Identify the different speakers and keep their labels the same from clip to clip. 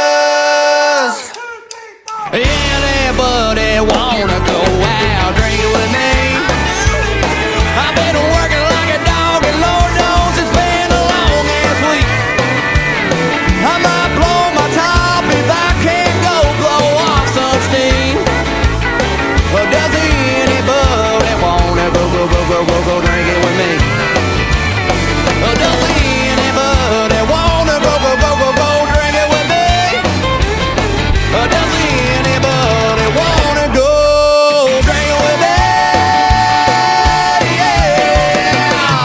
Speaker 1: Does anybody wanna go out drinking with me? I've been working like a dog, and Lord knows it's been a long ass week. I might blow my top if I can't go blow off some steam. Well, does anybody wanna go go go go go go drinking with me? Does anybody wanna go, go, go, go, go drink it with me? Does anybody wanna go drink it with me? Yeah.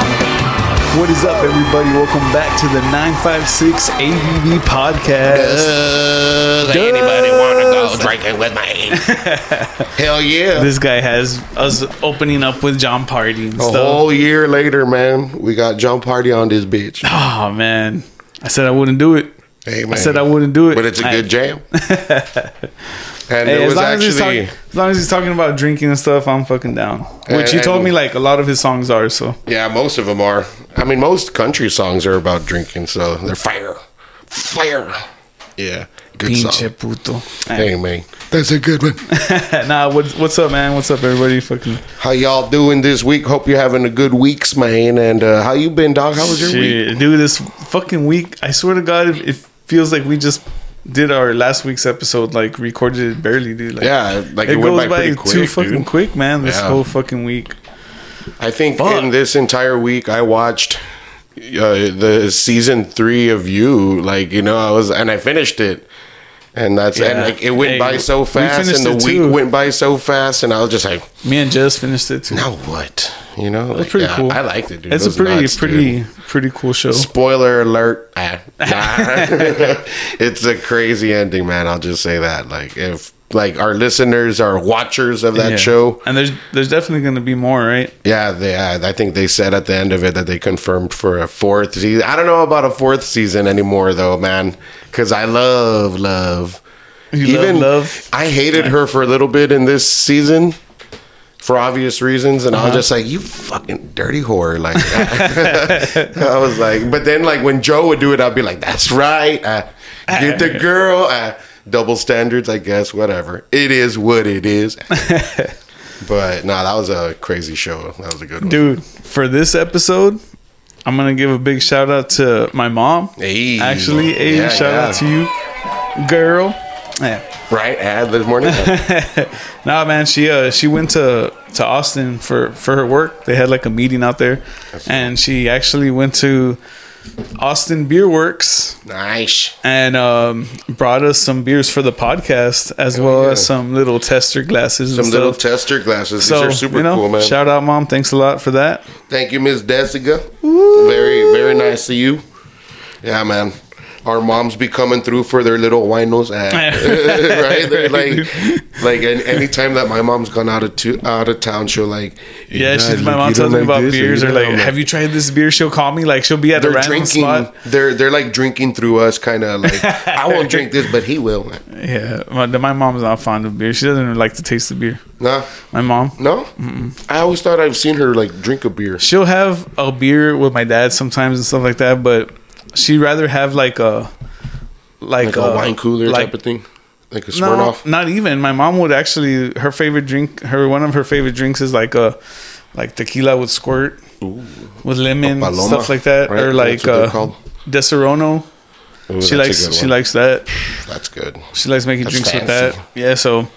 Speaker 2: What is up, everybody? Welcome back to the 956 ABB podcast.
Speaker 3: Does anybody want to go drinking with me? Hell yeah.
Speaker 2: This guy has us opening up with John Party and
Speaker 3: a
Speaker 2: stuff.
Speaker 3: whole year later, man, we got John Party on this bitch.
Speaker 2: Oh, man. I said I wouldn't do it.
Speaker 3: Hey, man.
Speaker 2: I said I wouldn't do it.
Speaker 3: But it's a
Speaker 2: I-
Speaker 3: good jam. and
Speaker 2: Hey,
Speaker 3: it
Speaker 2: as,
Speaker 3: was
Speaker 2: long as, he's
Speaker 3: actually,
Speaker 2: talking, as long as he's talking about drinking and stuff, I'm fucking down. Which he
Speaker 3: And-
Speaker 2: told
Speaker 3: and-
Speaker 2: me like a lot of his songs are. So
Speaker 3: yeah, most of them are. I mean, most country songs are about drinking, so they're fire. Fire. Yeah. Good song.
Speaker 2: pinche puto.
Speaker 3: Hey, man. That's a good one.
Speaker 2: nah, what's what's up, man? What's up, everybody? Fucking
Speaker 3: How y'all doing this week? Hope you're having a good weeks, man. And uh, how you been, dog? How was your week?
Speaker 2: shit, dude. This fucking week, I swear to God, it, it feels like we just did our last week's episode. Like recorded it barely, dude. Like,
Speaker 3: Yeah, like it,
Speaker 2: it
Speaker 3: went
Speaker 2: goes
Speaker 3: by,
Speaker 2: by,
Speaker 3: pretty
Speaker 2: too
Speaker 3: quick,
Speaker 2: fucking
Speaker 3: dude.
Speaker 2: quick, man. This
Speaker 3: Yeah.
Speaker 2: whole fucking week.
Speaker 3: I think
Speaker 2: Fuck.
Speaker 3: in this entire week, I watched uh, the season three of you. Like you know, I was and I finished it, and that's and
Speaker 2: Yeah.
Speaker 3: like it went
Speaker 2: Hey,
Speaker 3: by so
Speaker 2: we
Speaker 3: fast,
Speaker 2: finished
Speaker 3: and the
Speaker 2: it
Speaker 3: week
Speaker 2: too.
Speaker 3: went by so fast, and I was just like,
Speaker 2: Me and Jess finished it too.
Speaker 3: now what? You know,
Speaker 2: It's
Speaker 3: like,
Speaker 2: pretty
Speaker 3: yeah,
Speaker 2: cool.
Speaker 3: I liked it, dude.
Speaker 2: It's
Speaker 3: It
Speaker 2: a
Speaker 3: was
Speaker 2: pretty,
Speaker 3: nuts,
Speaker 2: pretty,
Speaker 3: dude.
Speaker 2: pretty cool show.
Speaker 3: Spoiler alert! Ah, nah. it's a crazy ending, man. I'll just say that. Like if like our listeners are watchers of that
Speaker 2: Yeah.
Speaker 3: show, Mm-hmm.
Speaker 2: and there's there's definitely gonna be more, right?
Speaker 3: Yeah, they, I I think they said at the end of it that they confirmed for a fourth season. I don't know about a fourth season anymore, though, man, because I love love.
Speaker 2: You love Love?
Speaker 3: I hated her for a little bit in this season for obvious reasons, and
Speaker 2: Uh-huh.
Speaker 3: I was just like, "You fucking dirty whore!" Like, I was like, but then like when Joe would do it, I'd be like, "That's right, uh, get the girl." Uh, double standards, I guess. Whatever. It is what it is. But no, that was a crazy show. That was a good one.
Speaker 2: dude. For this episode, I'm gonna give a big shout out to my mom.
Speaker 3: Hey.
Speaker 2: Actually, hey,
Speaker 3: Yeah,
Speaker 2: shout
Speaker 3: yeah.
Speaker 2: out to you, girl. Yeah.
Speaker 3: Right ad this morning.
Speaker 2: Nah, man, she uh she went to to Austin for for her work. They had like a meeting out there, and she actually went to Austin Beer Works
Speaker 3: nice.
Speaker 2: and um, brought us some beers for the podcast, as well
Speaker 3: yeah.
Speaker 2: as some little tester glasses.
Speaker 3: Some
Speaker 2: and
Speaker 3: little
Speaker 2: stuff.
Speaker 3: tester glasses.
Speaker 2: so
Speaker 3: These are super
Speaker 2: you know,
Speaker 3: cool, man.
Speaker 2: shout out, mom. Thanks a lot for that.
Speaker 3: Thank you, Ms. Desiga. Very, very nice of you. Yeah, man. Our moms be coming through for their little winos, ad. right? They're like, like, and anytime that my mom's gone out of to, out of town, she'll like, you
Speaker 2: Yeah,
Speaker 3: guys,
Speaker 2: she's, my
Speaker 3: like,
Speaker 2: mom
Speaker 3: you don't
Speaker 2: tells me
Speaker 3: like
Speaker 2: about
Speaker 3: this,
Speaker 2: beers
Speaker 3: you
Speaker 2: or
Speaker 3: don't
Speaker 2: like, have you tried this beer? She'll call me. Like she'll be at a
Speaker 3: They're
Speaker 2: random
Speaker 3: drinking.
Speaker 2: spot.
Speaker 3: They're they're like drinking through us, kind of like. I won't drink this, but he will.
Speaker 2: Yeah, my, my mom's not fond of beer. She doesn't like to taste the beer.
Speaker 3: Nah,
Speaker 2: My mom.
Speaker 3: No, I always thought I've seen her like drink a beer.
Speaker 2: she'll have a beer with my dad sometimes and stuff like that, but she'd rather have like a like,
Speaker 3: like a wine cooler
Speaker 2: Uh, like,
Speaker 3: type of thing, like a
Speaker 2: No,
Speaker 3: Smirnoff.
Speaker 2: not even. My mom would actually her favorite drink her one of her favorite drinks is like a like tequila with squirt with lemon
Speaker 3: paloma,
Speaker 2: stuff like that
Speaker 3: right?
Speaker 2: or
Speaker 3: That's
Speaker 2: like
Speaker 3: what they're
Speaker 2: uh,
Speaker 3: called.
Speaker 2: Deserono.
Speaker 3: Ooh, that's
Speaker 2: She
Speaker 3: a
Speaker 2: likes
Speaker 3: good
Speaker 2: she
Speaker 3: one.
Speaker 2: likes that.
Speaker 3: that's good.
Speaker 2: She likes making
Speaker 3: That's
Speaker 2: drinks with
Speaker 3: fancy.
Speaker 2: that. Yeah, so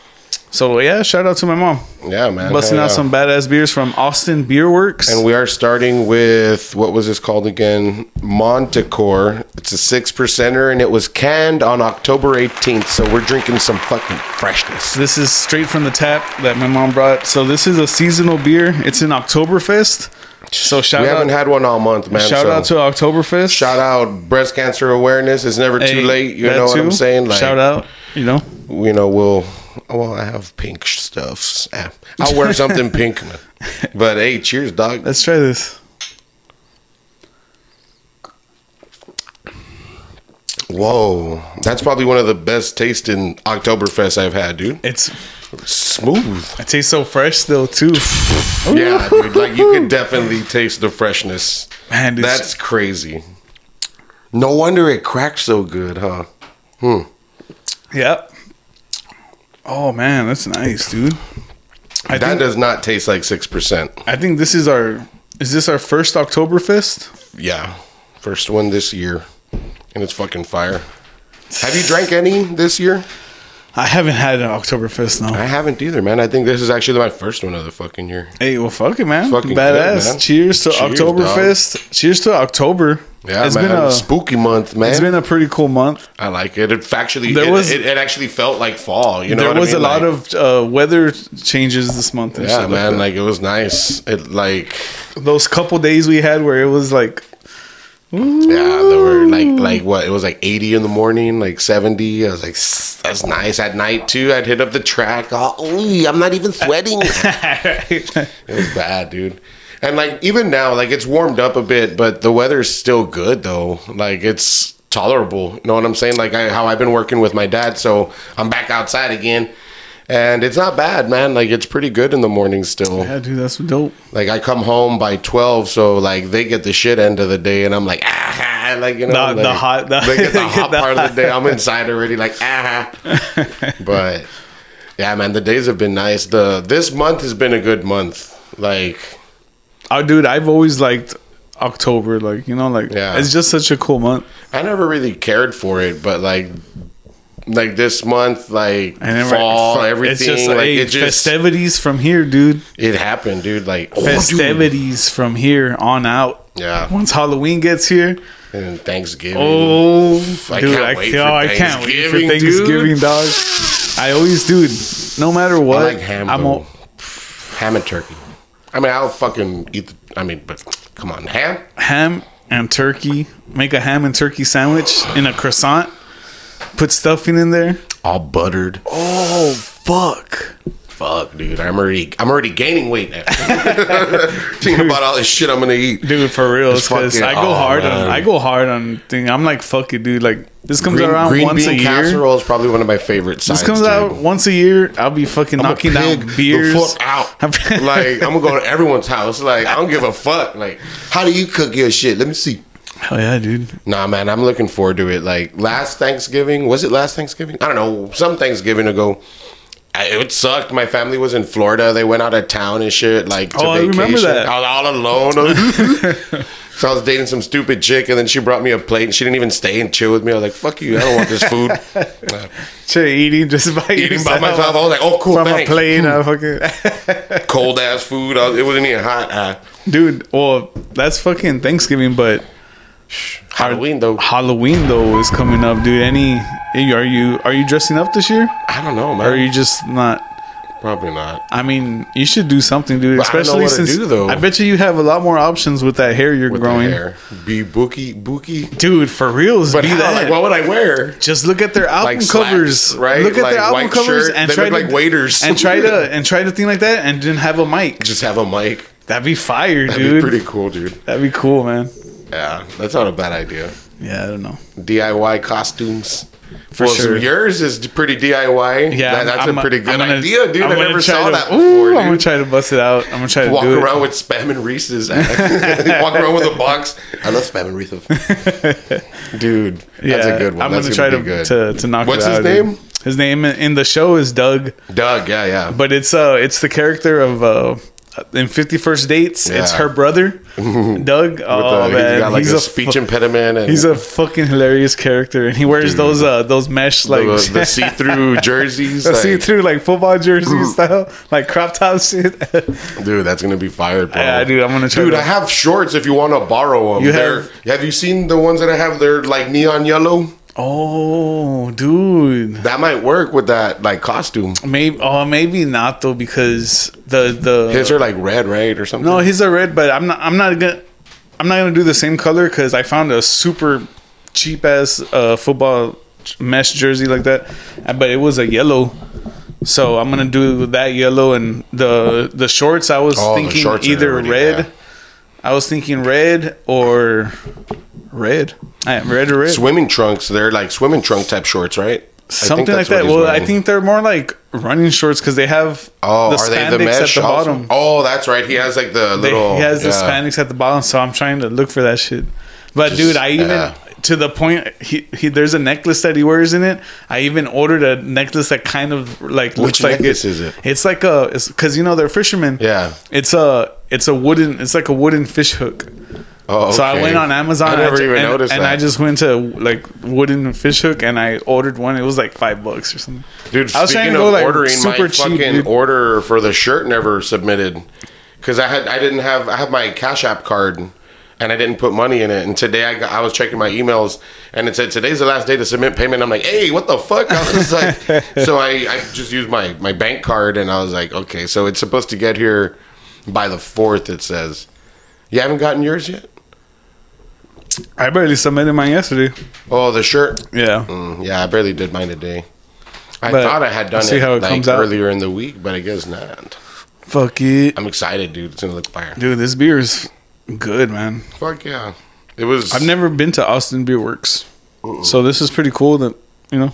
Speaker 2: so yeah, shout out to my mom
Speaker 3: Yeah, man.
Speaker 2: busting
Speaker 3: Hell
Speaker 2: out
Speaker 3: yeah.
Speaker 2: some badass beers from Austin Beer Works.
Speaker 3: And we are starting with what was this called again? Montecore. It's a six percenter, and it was canned on October eighteenth. So we're drinking some fucking freshness.
Speaker 2: This is straight from the tap that my mom brought. So this is a seasonal beer. It's an Oktoberfest. So shout
Speaker 3: We
Speaker 2: out,
Speaker 3: haven't had one all month, man.
Speaker 2: shout
Speaker 3: so
Speaker 2: out to Oktoberfest.
Speaker 3: shout out breast cancer awareness. It's never
Speaker 2: Hey,
Speaker 3: too late. You
Speaker 2: that
Speaker 3: know what
Speaker 2: too.
Speaker 3: I'm saying?
Speaker 2: shout out, you know.
Speaker 3: you know, we'll well, I have pink stuffs. Ah, I'll wear something pink. But hey, cheers, dog.
Speaker 2: Let's try this.
Speaker 3: Whoa, that's probably one of the best tasting Oktoberfest I've had, dude.
Speaker 2: It's
Speaker 3: Smooth.
Speaker 2: it tastes so fresh still too.
Speaker 3: Yeah, dude. Like you could definitely taste the freshness.
Speaker 2: Man, it's-
Speaker 3: that's crazy. No wonder it cracks so good, huh?
Speaker 2: Yep. Oh man, that's nice, dude. I
Speaker 3: that
Speaker 2: think,
Speaker 3: does not taste like six percent.
Speaker 2: I think this is our is this our first Oktoberfest?
Speaker 3: Yeah, first one this year, and it's fucking fire. Have you drank any this year?
Speaker 2: I haven't had an Oktoberfest no.
Speaker 3: I haven't either, man. I think this is actually my first one of the fucking year.
Speaker 2: Hey, well, fuck it, man.
Speaker 3: Fucking good,
Speaker 2: Badass.
Speaker 3: man.
Speaker 2: Cheers to
Speaker 3: Cheers,
Speaker 2: Oktoberfest. Cheers to October.
Speaker 3: Yeah,
Speaker 2: It's
Speaker 3: man.
Speaker 2: been a
Speaker 3: spooky month, man.
Speaker 2: it's been a pretty cool month.
Speaker 3: I like it. It actually,
Speaker 2: There
Speaker 3: it,
Speaker 2: was-
Speaker 3: it, it actually felt like fall. You know,
Speaker 2: there
Speaker 3: what I
Speaker 2: was
Speaker 3: mean?
Speaker 2: a lot
Speaker 3: Like-
Speaker 2: of uh, weather changes this month. And
Speaker 3: yeah,
Speaker 2: shit
Speaker 3: man.
Speaker 2: Like,
Speaker 3: Like it was nice. It like
Speaker 2: that. those couple days we had where it was like,
Speaker 3: yeah, there were like like what it was like eighty in the morning, like seventy. I was like, "S- that's nice. At night too, I'd hit up the track. Oh, ooh, I'm not even sweating. it was bad, dude. And like even now, like it's warmed up a bit, but the weather's still good though. Like it's tolerable. You know what I'm saying? Like I, how I've been working with my dad, so I'm back outside again. And it's not bad, man. Like it's pretty good in the morning still.
Speaker 2: yeah, dude, that's dope.
Speaker 3: Like I come home by twelve, so like they get the shit end of the day, and I'm like, ah, like you know,
Speaker 2: The- the
Speaker 3: like,
Speaker 2: hot- the-
Speaker 3: they get the
Speaker 2: they
Speaker 3: hot
Speaker 2: get the
Speaker 3: part of the day. I'm inside already, like ah. but yeah, man, the days have been nice. The this month has been a good month. Like
Speaker 2: Oh, dude, I've always liked October. Like, you know, like,
Speaker 3: Yeah.
Speaker 2: it's just such a cool month.
Speaker 3: I never really cared for it, but like. Like this month, like
Speaker 2: And then
Speaker 3: fall,
Speaker 2: right,
Speaker 3: everything,
Speaker 2: It's just
Speaker 3: like
Speaker 2: like hey,
Speaker 3: it just
Speaker 2: festivities from here, dude.
Speaker 3: it happened, dude. Like oh, dude.
Speaker 2: Festivities from here on out.
Speaker 3: yeah,
Speaker 2: Once Halloween gets here,
Speaker 3: and Thanksgiving.
Speaker 2: oh,
Speaker 3: I
Speaker 2: dude,
Speaker 3: can't
Speaker 2: I,
Speaker 3: wait
Speaker 2: oh,
Speaker 3: for
Speaker 2: I can't wait for
Speaker 3: Thanksgiving, dude.
Speaker 2: Thanksgiving, dog. I always, dude, no matter what,
Speaker 3: I like ham.
Speaker 2: I'm
Speaker 3: though.
Speaker 2: all,
Speaker 3: ham and turkey. I mean, I'll fucking eat. The, I mean, but come on, ham.
Speaker 2: ham and turkey. Make a ham and turkey sandwich in a croissant. Put stuffing in there.
Speaker 3: All buttered. Oh,
Speaker 2: Oh fuck!
Speaker 3: fuck, dude. I'm already. I'm already gaining weight now. Thinking about all this shit I'm gonna eat.
Speaker 2: dude for real
Speaker 3: It's
Speaker 2: because
Speaker 3: fucking-
Speaker 2: i go
Speaker 3: oh,
Speaker 2: hard on
Speaker 3: man.
Speaker 2: i go hard on thing i'm like fuck it dude like this comes
Speaker 3: Green,
Speaker 2: around
Speaker 3: green
Speaker 2: once a
Speaker 3: bean
Speaker 2: year
Speaker 3: casserole is probably one of my favorite sides.
Speaker 2: this comes
Speaker 3: dude.
Speaker 2: out once a year i'll be fucking
Speaker 3: I'm gonna
Speaker 2: knocking
Speaker 3: pig
Speaker 2: down beers
Speaker 3: The fuck out. like I'm gonna go to everyone's house. Like I don't give a fuck. Like how do you cook your shit? Let me see.
Speaker 2: hell yeah dude
Speaker 3: Nah, man, I'm looking forward to it. Like last Thanksgiving, was it last Thanksgiving? I don't know, some Thanksgiving ago. I, it sucked. My family was in Florida. They went out of town and shit, like to
Speaker 2: Oh, I
Speaker 3: vacation.
Speaker 2: remember
Speaker 3: I,
Speaker 2: that.
Speaker 3: was all alone. I was- so I was dating some stupid chick, and then she brought me a plate, and she didn't even stay and chill with me. I was like, "Fuck you! I don't want this food."
Speaker 2: Shit, eating just by
Speaker 3: Eating by myself, I was like, "Oh, cool,
Speaker 2: from
Speaker 3: thanks."
Speaker 2: a plane I fucking
Speaker 3: Cold ass food. I was- it wasn't even hot. Uh,
Speaker 2: dude well that's fucking thanksgiving but
Speaker 3: Halloween though.
Speaker 2: halloween though is coming up dude any are you are you dressing up this year
Speaker 3: I don't know, man.
Speaker 2: or are you just not
Speaker 3: Probably not.
Speaker 2: I mean, you should do something, dude.
Speaker 3: But I don't know
Speaker 2: Especially
Speaker 3: what to
Speaker 2: since
Speaker 3: do, though.
Speaker 2: I bet you you have a lot more options with that hair you're
Speaker 3: With
Speaker 2: growing.
Speaker 3: the hair, be bookie, bookie.
Speaker 2: dude for reals
Speaker 3: But
Speaker 2: be
Speaker 3: how?
Speaker 2: that
Speaker 3: Like, what would I wear?
Speaker 2: just look at their album
Speaker 3: Like slacks,
Speaker 2: covers
Speaker 3: right?
Speaker 2: look at
Speaker 3: Like
Speaker 2: their album
Speaker 3: white
Speaker 2: covers
Speaker 3: shirt.
Speaker 2: and
Speaker 3: They
Speaker 2: try
Speaker 3: look
Speaker 2: to
Speaker 3: like waiters.
Speaker 2: and try to and try to think like that and then have a mic
Speaker 3: Just have a mic.
Speaker 2: that'd be fire
Speaker 3: That'd
Speaker 2: dude
Speaker 3: be pretty cool, dude.
Speaker 2: that'd be cool man
Speaker 3: Yeah, that's not a bad idea.
Speaker 2: yeah i don't know
Speaker 3: DIY costumes.
Speaker 2: For
Speaker 3: well,
Speaker 2: sure.
Speaker 3: yours is pretty DIY.
Speaker 2: yeah
Speaker 3: That- that's
Speaker 2: I'm-
Speaker 3: a
Speaker 2: I'm-
Speaker 3: pretty good
Speaker 2: I'm gonna-
Speaker 3: idea, dude.
Speaker 2: I'm
Speaker 3: I
Speaker 2: gonna
Speaker 3: never
Speaker 2: try
Speaker 3: saw
Speaker 2: to-
Speaker 3: that
Speaker 2: Ooh, i'm
Speaker 3: before,
Speaker 2: gonna
Speaker 3: dude.
Speaker 2: try to bust it out i'm gonna try to
Speaker 3: Walk
Speaker 2: do it.
Speaker 3: around with spam and Reese's. eh? Walk around with a box. I love spam and Reese's. Dude, that's a good one.
Speaker 2: i'm
Speaker 3: that's
Speaker 2: gonna try
Speaker 3: be
Speaker 2: to,
Speaker 3: good.
Speaker 2: to to knock
Speaker 3: What's
Speaker 2: it
Speaker 3: his
Speaker 2: out, dude.
Speaker 3: name?
Speaker 2: his name in the show is doug
Speaker 3: Doug. Yeah, yeah.
Speaker 2: but it's uh it's the character of uh in 51st dates it's
Speaker 3: Yeah.
Speaker 2: her brother doug oh
Speaker 3: With the-
Speaker 2: man
Speaker 3: he's got like
Speaker 2: he's
Speaker 3: a,
Speaker 2: a,
Speaker 3: speech
Speaker 2: fu-
Speaker 3: impediment, and
Speaker 2: he's a fucking hilarious character and he wears those uh those mesh
Speaker 3: the,
Speaker 2: like
Speaker 3: the see-through jerseys. like-
Speaker 2: see through like football jersey style like crop top shit
Speaker 3: Dude, that's gonna be fired, bro.
Speaker 2: Yeah, dude, I'm gonna try
Speaker 3: Dude,
Speaker 2: to-
Speaker 3: I have shorts. If you want to borrow them,
Speaker 2: You
Speaker 3: you have. Have you seen the ones that I have? They're like neon yellow.
Speaker 2: oh dude
Speaker 3: That might work with that like costume.
Speaker 2: maybe oh maybe not though because the the
Speaker 3: His are like red, right, or something.
Speaker 2: no his are red but i'm not i'm not gonna i'm not gonna do the same color because i found a super cheap ass uh football mesh jersey like that uh, but it was a yellow so i'm gonna do that yellow and the the shorts i was
Speaker 3: Oh, the
Speaker 2: thinking
Speaker 3: shorts are
Speaker 2: either
Speaker 3: already
Speaker 2: red
Speaker 3: there.
Speaker 2: i was thinking red or red i am red or red
Speaker 3: swimming trunks. They're like swimming trunk type shorts, right? I think
Speaker 2: something like
Speaker 3: that's
Speaker 2: that
Speaker 3: what he's
Speaker 2: well i
Speaker 3: wearing.
Speaker 2: think they're more like running shorts because they have
Speaker 3: Oh,
Speaker 2: the
Speaker 3: are they
Speaker 2: spandex
Speaker 3: the mesh
Speaker 2: at the
Speaker 3: also?
Speaker 2: bottom
Speaker 3: Oh, that's right. He has like the
Speaker 2: They-
Speaker 3: little.
Speaker 2: he has the
Speaker 3: yeah.
Speaker 2: Hispanics at the bottom, so I'm trying to look for that shit. But dude, I even
Speaker 3: yeah.
Speaker 2: to the point he, he there's a necklace that he wears in it. I even ordered a necklace that kind of like looks like
Speaker 3: necklace
Speaker 2: it-
Speaker 3: is it?
Speaker 2: It's like a it's because you know they're fishermen.
Speaker 3: Yeah.
Speaker 2: It's a it's a wooden it's like a wooden fish hook.
Speaker 3: Oh,
Speaker 2: So I
Speaker 3: okay.
Speaker 2: went on Amazon.
Speaker 3: I never
Speaker 2: ju-
Speaker 3: even
Speaker 2: and,
Speaker 3: noticed
Speaker 2: And
Speaker 3: that.
Speaker 2: I just went to like wooden fish hook and I ordered one. It was like five bucks or something.
Speaker 3: Dude,
Speaker 2: I was trying
Speaker 3: speaking
Speaker 2: to
Speaker 3: of
Speaker 2: go, like,
Speaker 3: ordering, my
Speaker 2: super cheap,
Speaker 3: fucking
Speaker 2: dude.
Speaker 3: order for the shirt never submitted because I had I didn't have I have my Cash App card and I didn't put money in it. And today I got, I was checking my emails and it said today's the last day to submit payment. I'm like, hey, what the fuck? I was like, so I, I just used my my bank card and I was like, okay, so it's supposed to get here by the fourth. It says you haven't gotten yours yet.
Speaker 2: I barely submitted mine yesterday.
Speaker 3: Oh, the shirt.
Speaker 2: Yeah.
Speaker 3: Mm, yeah, I barely did mine today. I
Speaker 2: But
Speaker 3: thought I had done
Speaker 2: see
Speaker 3: it,
Speaker 2: how it
Speaker 3: like
Speaker 2: comes out.
Speaker 3: earlier in the week, but I guess not.
Speaker 2: Fuck it.
Speaker 3: I'm excited, dude. It's gonna look fire.
Speaker 2: Dude, this beer is good, man.
Speaker 3: Fuck yeah. It was.
Speaker 2: I've never been to Austin Beer Works. So this is pretty cool that, you know.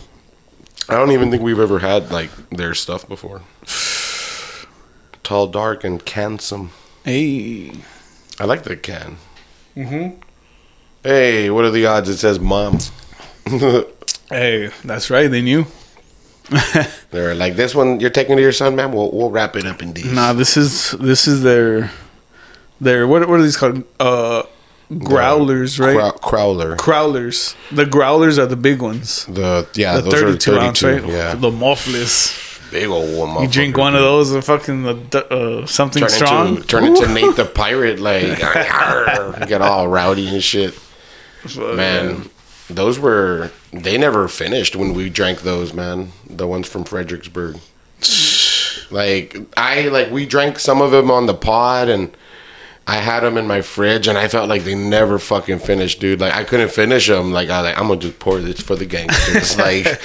Speaker 3: I don't even think we've ever had like their stuff before. Tall, dark, and cansome.
Speaker 2: Hey.
Speaker 3: I like the can. Mm-hmm. Hey, what are the odds? It says mom.
Speaker 2: Hey, that's right. They knew.
Speaker 3: They're like this one. You're taking to your son, man. We'll, we'll wrap it up in these.
Speaker 2: Nah, this is this is their their what what are these called? Uh growlers, right?
Speaker 3: Crow- crowler.
Speaker 2: Growlers. The growlers are the big ones.
Speaker 3: The yeah,
Speaker 2: The
Speaker 3: those
Speaker 2: 32,
Speaker 3: are 32.
Speaker 2: ounce, right?
Speaker 3: Yeah,
Speaker 2: The Morpheus.
Speaker 3: big old one.
Speaker 2: You drink
Speaker 3: motherfucker.
Speaker 2: one of those and fucking the uh, something
Speaker 3: Turn
Speaker 2: strong.
Speaker 3: into turn into Nate the pirate, like "Arr," get all rowdy and shit. Man, those were they never finished when we drank those, man. The ones from Fredericksburg. Like I like we drank some of them on the pod and I had them in my fridge and I felt like they never fucking finished, dude. Like I couldn't finish them. Like I was like I'm gonna just pour this for the gangsters. like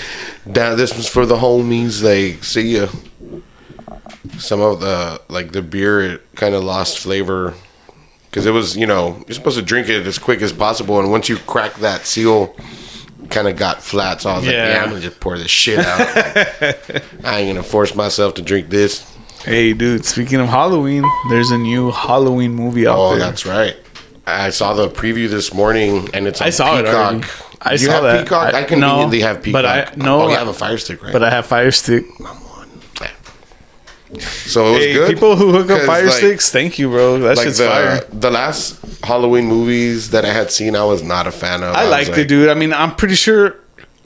Speaker 3: that, this was for the homies. Like see ya. Some of the like the beer it kind of lost flavor because it was you know you're supposed to drink it as quick as possible and once you crack that seal kind of got flat so i was like
Speaker 2: Yeah.
Speaker 3: yeah i'm gonna just pour this shit out Like, i ain't gonna force myself to drink this
Speaker 2: Hey, dude. Speaking of Halloween, there's a new Halloween movie out
Speaker 3: oh
Speaker 2: there.
Speaker 3: that's right i saw the preview this morning and it's on
Speaker 2: I saw it
Speaker 3: peacock
Speaker 2: already. I
Speaker 3: you
Speaker 2: saw
Speaker 3: have
Speaker 2: that.
Speaker 3: peacock
Speaker 2: I-
Speaker 3: i,
Speaker 2: no,
Speaker 3: conveniently have peacock
Speaker 2: but I- no,
Speaker 3: oh you
Speaker 2: I-
Speaker 3: have a fire stick right
Speaker 2: But I have Fire Stick.
Speaker 3: so it was
Speaker 2: Hey,
Speaker 3: good
Speaker 2: people who hook up
Speaker 3: 'Cause,
Speaker 2: Fire
Speaker 3: like,
Speaker 2: Sticks, thank you, bro. That
Speaker 3: like
Speaker 2: shit's
Speaker 3: the,
Speaker 2: fire.
Speaker 3: the last halloween movies that i had seen i was not a fan of
Speaker 2: I
Speaker 3: was
Speaker 2: liked it, dude. I mean, I'm pretty sure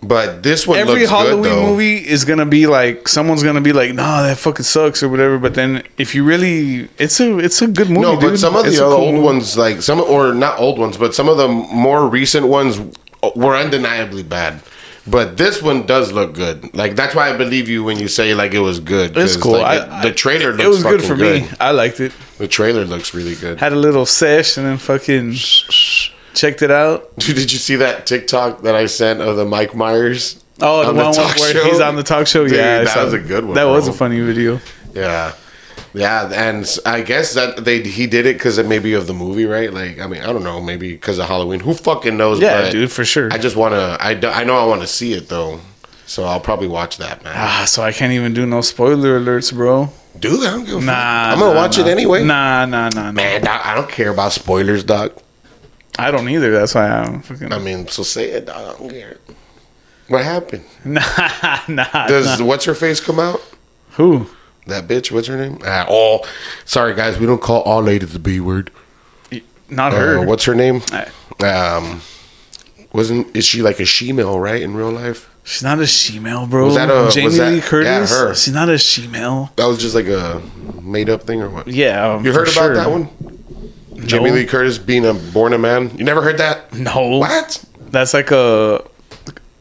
Speaker 3: but this one
Speaker 2: every
Speaker 3: looks
Speaker 2: Halloween
Speaker 3: good, though.
Speaker 2: movie is gonna be like someone's gonna be like, "Nah, that fucking sucks" or whatever. But then if you really, it's a it's a good movie.
Speaker 3: No, but
Speaker 2: dude.
Speaker 3: some of the
Speaker 2: It's a
Speaker 3: other
Speaker 2: cool
Speaker 3: old
Speaker 2: movie.
Speaker 3: ones, like some or not old ones, but some of the more recent ones were undeniably bad. But this one does look good. Like that's why I believe you when you say like it was good.
Speaker 2: It's
Speaker 3: 'cause,
Speaker 2: cool.
Speaker 3: like,
Speaker 2: I,
Speaker 3: it- the trailer
Speaker 2: I-
Speaker 3: looks
Speaker 2: it was good for
Speaker 3: fucking
Speaker 2: me. I liked it.
Speaker 3: The trailer looks really good.
Speaker 2: Had a little sesh and then fucking checked it out.
Speaker 3: Dude, did you see that TikTok that I sent of the Mike Myers?
Speaker 2: Oh, the,
Speaker 3: on
Speaker 2: one
Speaker 3: talk
Speaker 2: where
Speaker 3: show?
Speaker 2: he's on the talk show.
Speaker 3: Dude,
Speaker 2: yeah, I
Speaker 3: that
Speaker 2: saw
Speaker 3: was a good one,
Speaker 2: That was a
Speaker 3: bro.
Speaker 2: funny video.
Speaker 3: Yeah. Yeah, and s- I guess that they he did it because maybe of the movie, right? Like, I mean, I don't know, maybe because of Halloween. Who fucking knows?
Speaker 2: Yeah, dude, for sure.
Speaker 3: I just want to. I, do- I know I want to see it though, so I'll probably watch that, man.
Speaker 2: Ah, so I can't even do no spoiler alerts, bro.
Speaker 3: Dude, I don't give a fuck.
Speaker 2: Nah,
Speaker 3: I'm gonna
Speaker 2: nah,
Speaker 3: watch it
Speaker 2: nah.
Speaker 3: anyway.
Speaker 2: Nah, nah, nah, nah.
Speaker 3: Man, doc, I don't care about spoilers, doc.
Speaker 2: I don't either. That's why I'm fucking.
Speaker 3: I mean, so say it, doc. I don't care. What happened?
Speaker 2: Nah, nah.
Speaker 3: Does what's her face come out?
Speaker 2: Who?
Speaker 3: That bitch. What's her name? Ah, oh, sorry guys, we don't call all ladies the B word.
Speaker 2: Not
Speaker 3: Uh,
Speaker 2: her.
Speaker 3: what's her name?
Speaker 2: I-
Speaker 3: Um, wasn't is she like a she-male, right, in real life?
Speaker 2: She's not a she-male, bro.
Speaker 3: Was that a- was
Speaker 2: Jamie
Speaker 3: that-
Speaker 2: Lee
Speaker 3: yeah,
Speaker 2: Curtis.
Speaker 3: her.
Speaker 2: She's not a she-male.
Speaker 3: That was just like a made-up thing or what?
Speaker 2: Yeah, um,
Speaker 3: You heard about
Speaker 2: for sure.
Speaker 3: that one? Jamie Lee Curtis being a born a man. You never heard that?
Speaker 2: No,
Speaker 3: What?
Speaker 2: That's like a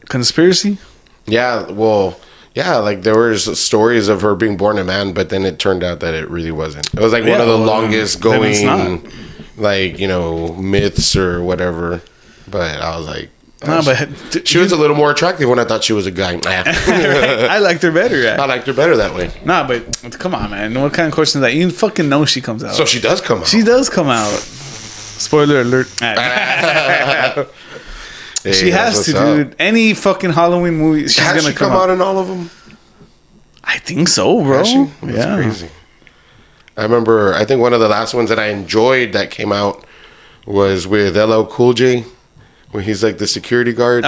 Speaker 2: conspiracy.
Speaker 3: Yeah, well, yeah, like there was stories of her being born a man, but then it turned out that it really wasn't. It was like one
Speaker 2: Yeah,
Speaker 3: of the
Speaker 2: well, then-
Speaker 3: longest
Speaker 2: then it's not.
Speaker 3: going, like you know, myths or whatever. But I was like,
Speaker 2: No,
Speaker 3: she-
Speaker 2: but d-
Speaker 3: she was a little more attractive when I thought she was a guy.
Speaker 2: I liked her better.
Speaker 3: I
Speaker 2: At.
Speaker 3: liked her better that way.
Speaker 2: Nah, but come on, man. What kind of question is that? You fucking know she comes out.
Speaker 3: So she does come out.
Speaker 2: she does come out. Spoiler alert.
Speaker 3: Hey,
Speaker 2: she
Speaker 3: that's
Speaker 2: has to,
Speaker 3: what's up.
Speaker 2: dude. Any fucking Halloween movie, she's
Speaker 3: Has
Speaker 2: gonna
Speaker 3: she
Speaker 2: come,
Speaker 3: come
Speaker 2: out.
Speaker 3: out in all of them?
Speaker 2: I think so, bro.
Speaker 3: Has she? That's
Speaker 2: yeah.
Speaker 3: crazy. I remember. I think one of the last ones that I enjoyed that came out was with LL Cool J when he's like the security guard,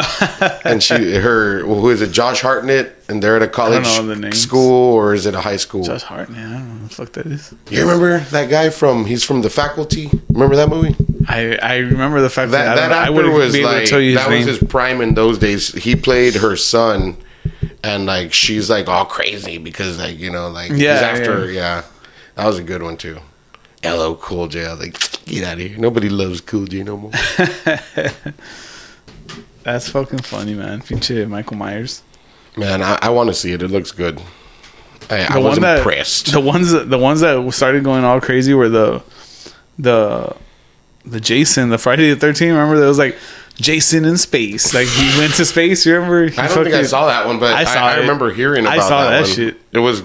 Speaker 3: and she, her, who is it, Josh Hartnett, and they're at a college
Speaker 2: know the names.
Speaker 3: school or is it a high school?
Speaker 2: That's hard, man. I don't know what the fuck that is.
Speaker 3: You remember that guy from? He's from the faculty. Remember that movie?
Speaker 2: I, I remember the fact
Speaker 3: That
Speaker 2: that,
Speaker 3: that
Speaker 2: I,
Speaker 3: actor
Speaker 2: would
Speaker 3: was
Speaker 2: be able
Speaker 3: like
Speaker 2: to tell you his
Speaker 3: that
Speaker 2: name.
Speaker 3: was his prime in those days. He played her son, and like she's like all crazy because like you know like
Speaker 2: Yeah,
Speaker 3: he's after yeah. That was a good one too. LL Cool J. I was like get out of here. Nobody loves Cool J no more.
Speaker 2: That's fucking funny, man. Pinche Michael Myers.
Speaker 3: Man, I, I want to see it. It looks good. I, I
Speaker 2: The
Speaker 3: was
Speaker 2: one that
Speaker 3: impressed.
Speaker 2: the ones that the ones that started going all crazy were the the the Jason, the Friday the Thirteenth. Remember that was like Jason in space. Like he went to space. You remember? He
Speaker 3: I don't think I
Speaker 2: fucking-
Speaker 3: saw that one, but
Speaker 2: I
Speaker 3: I,
Speaker 2: saw
Speaker 3: I,
Speaker 2: it.
Speaker 3: remember hearing
Speaker 2: I
Speaker 3: about
Speaker 2: saw
Speaker 3: that,
Speaker 2: that
Speaker 3: one.
Speaker 2: shit.
Speaker 3: It was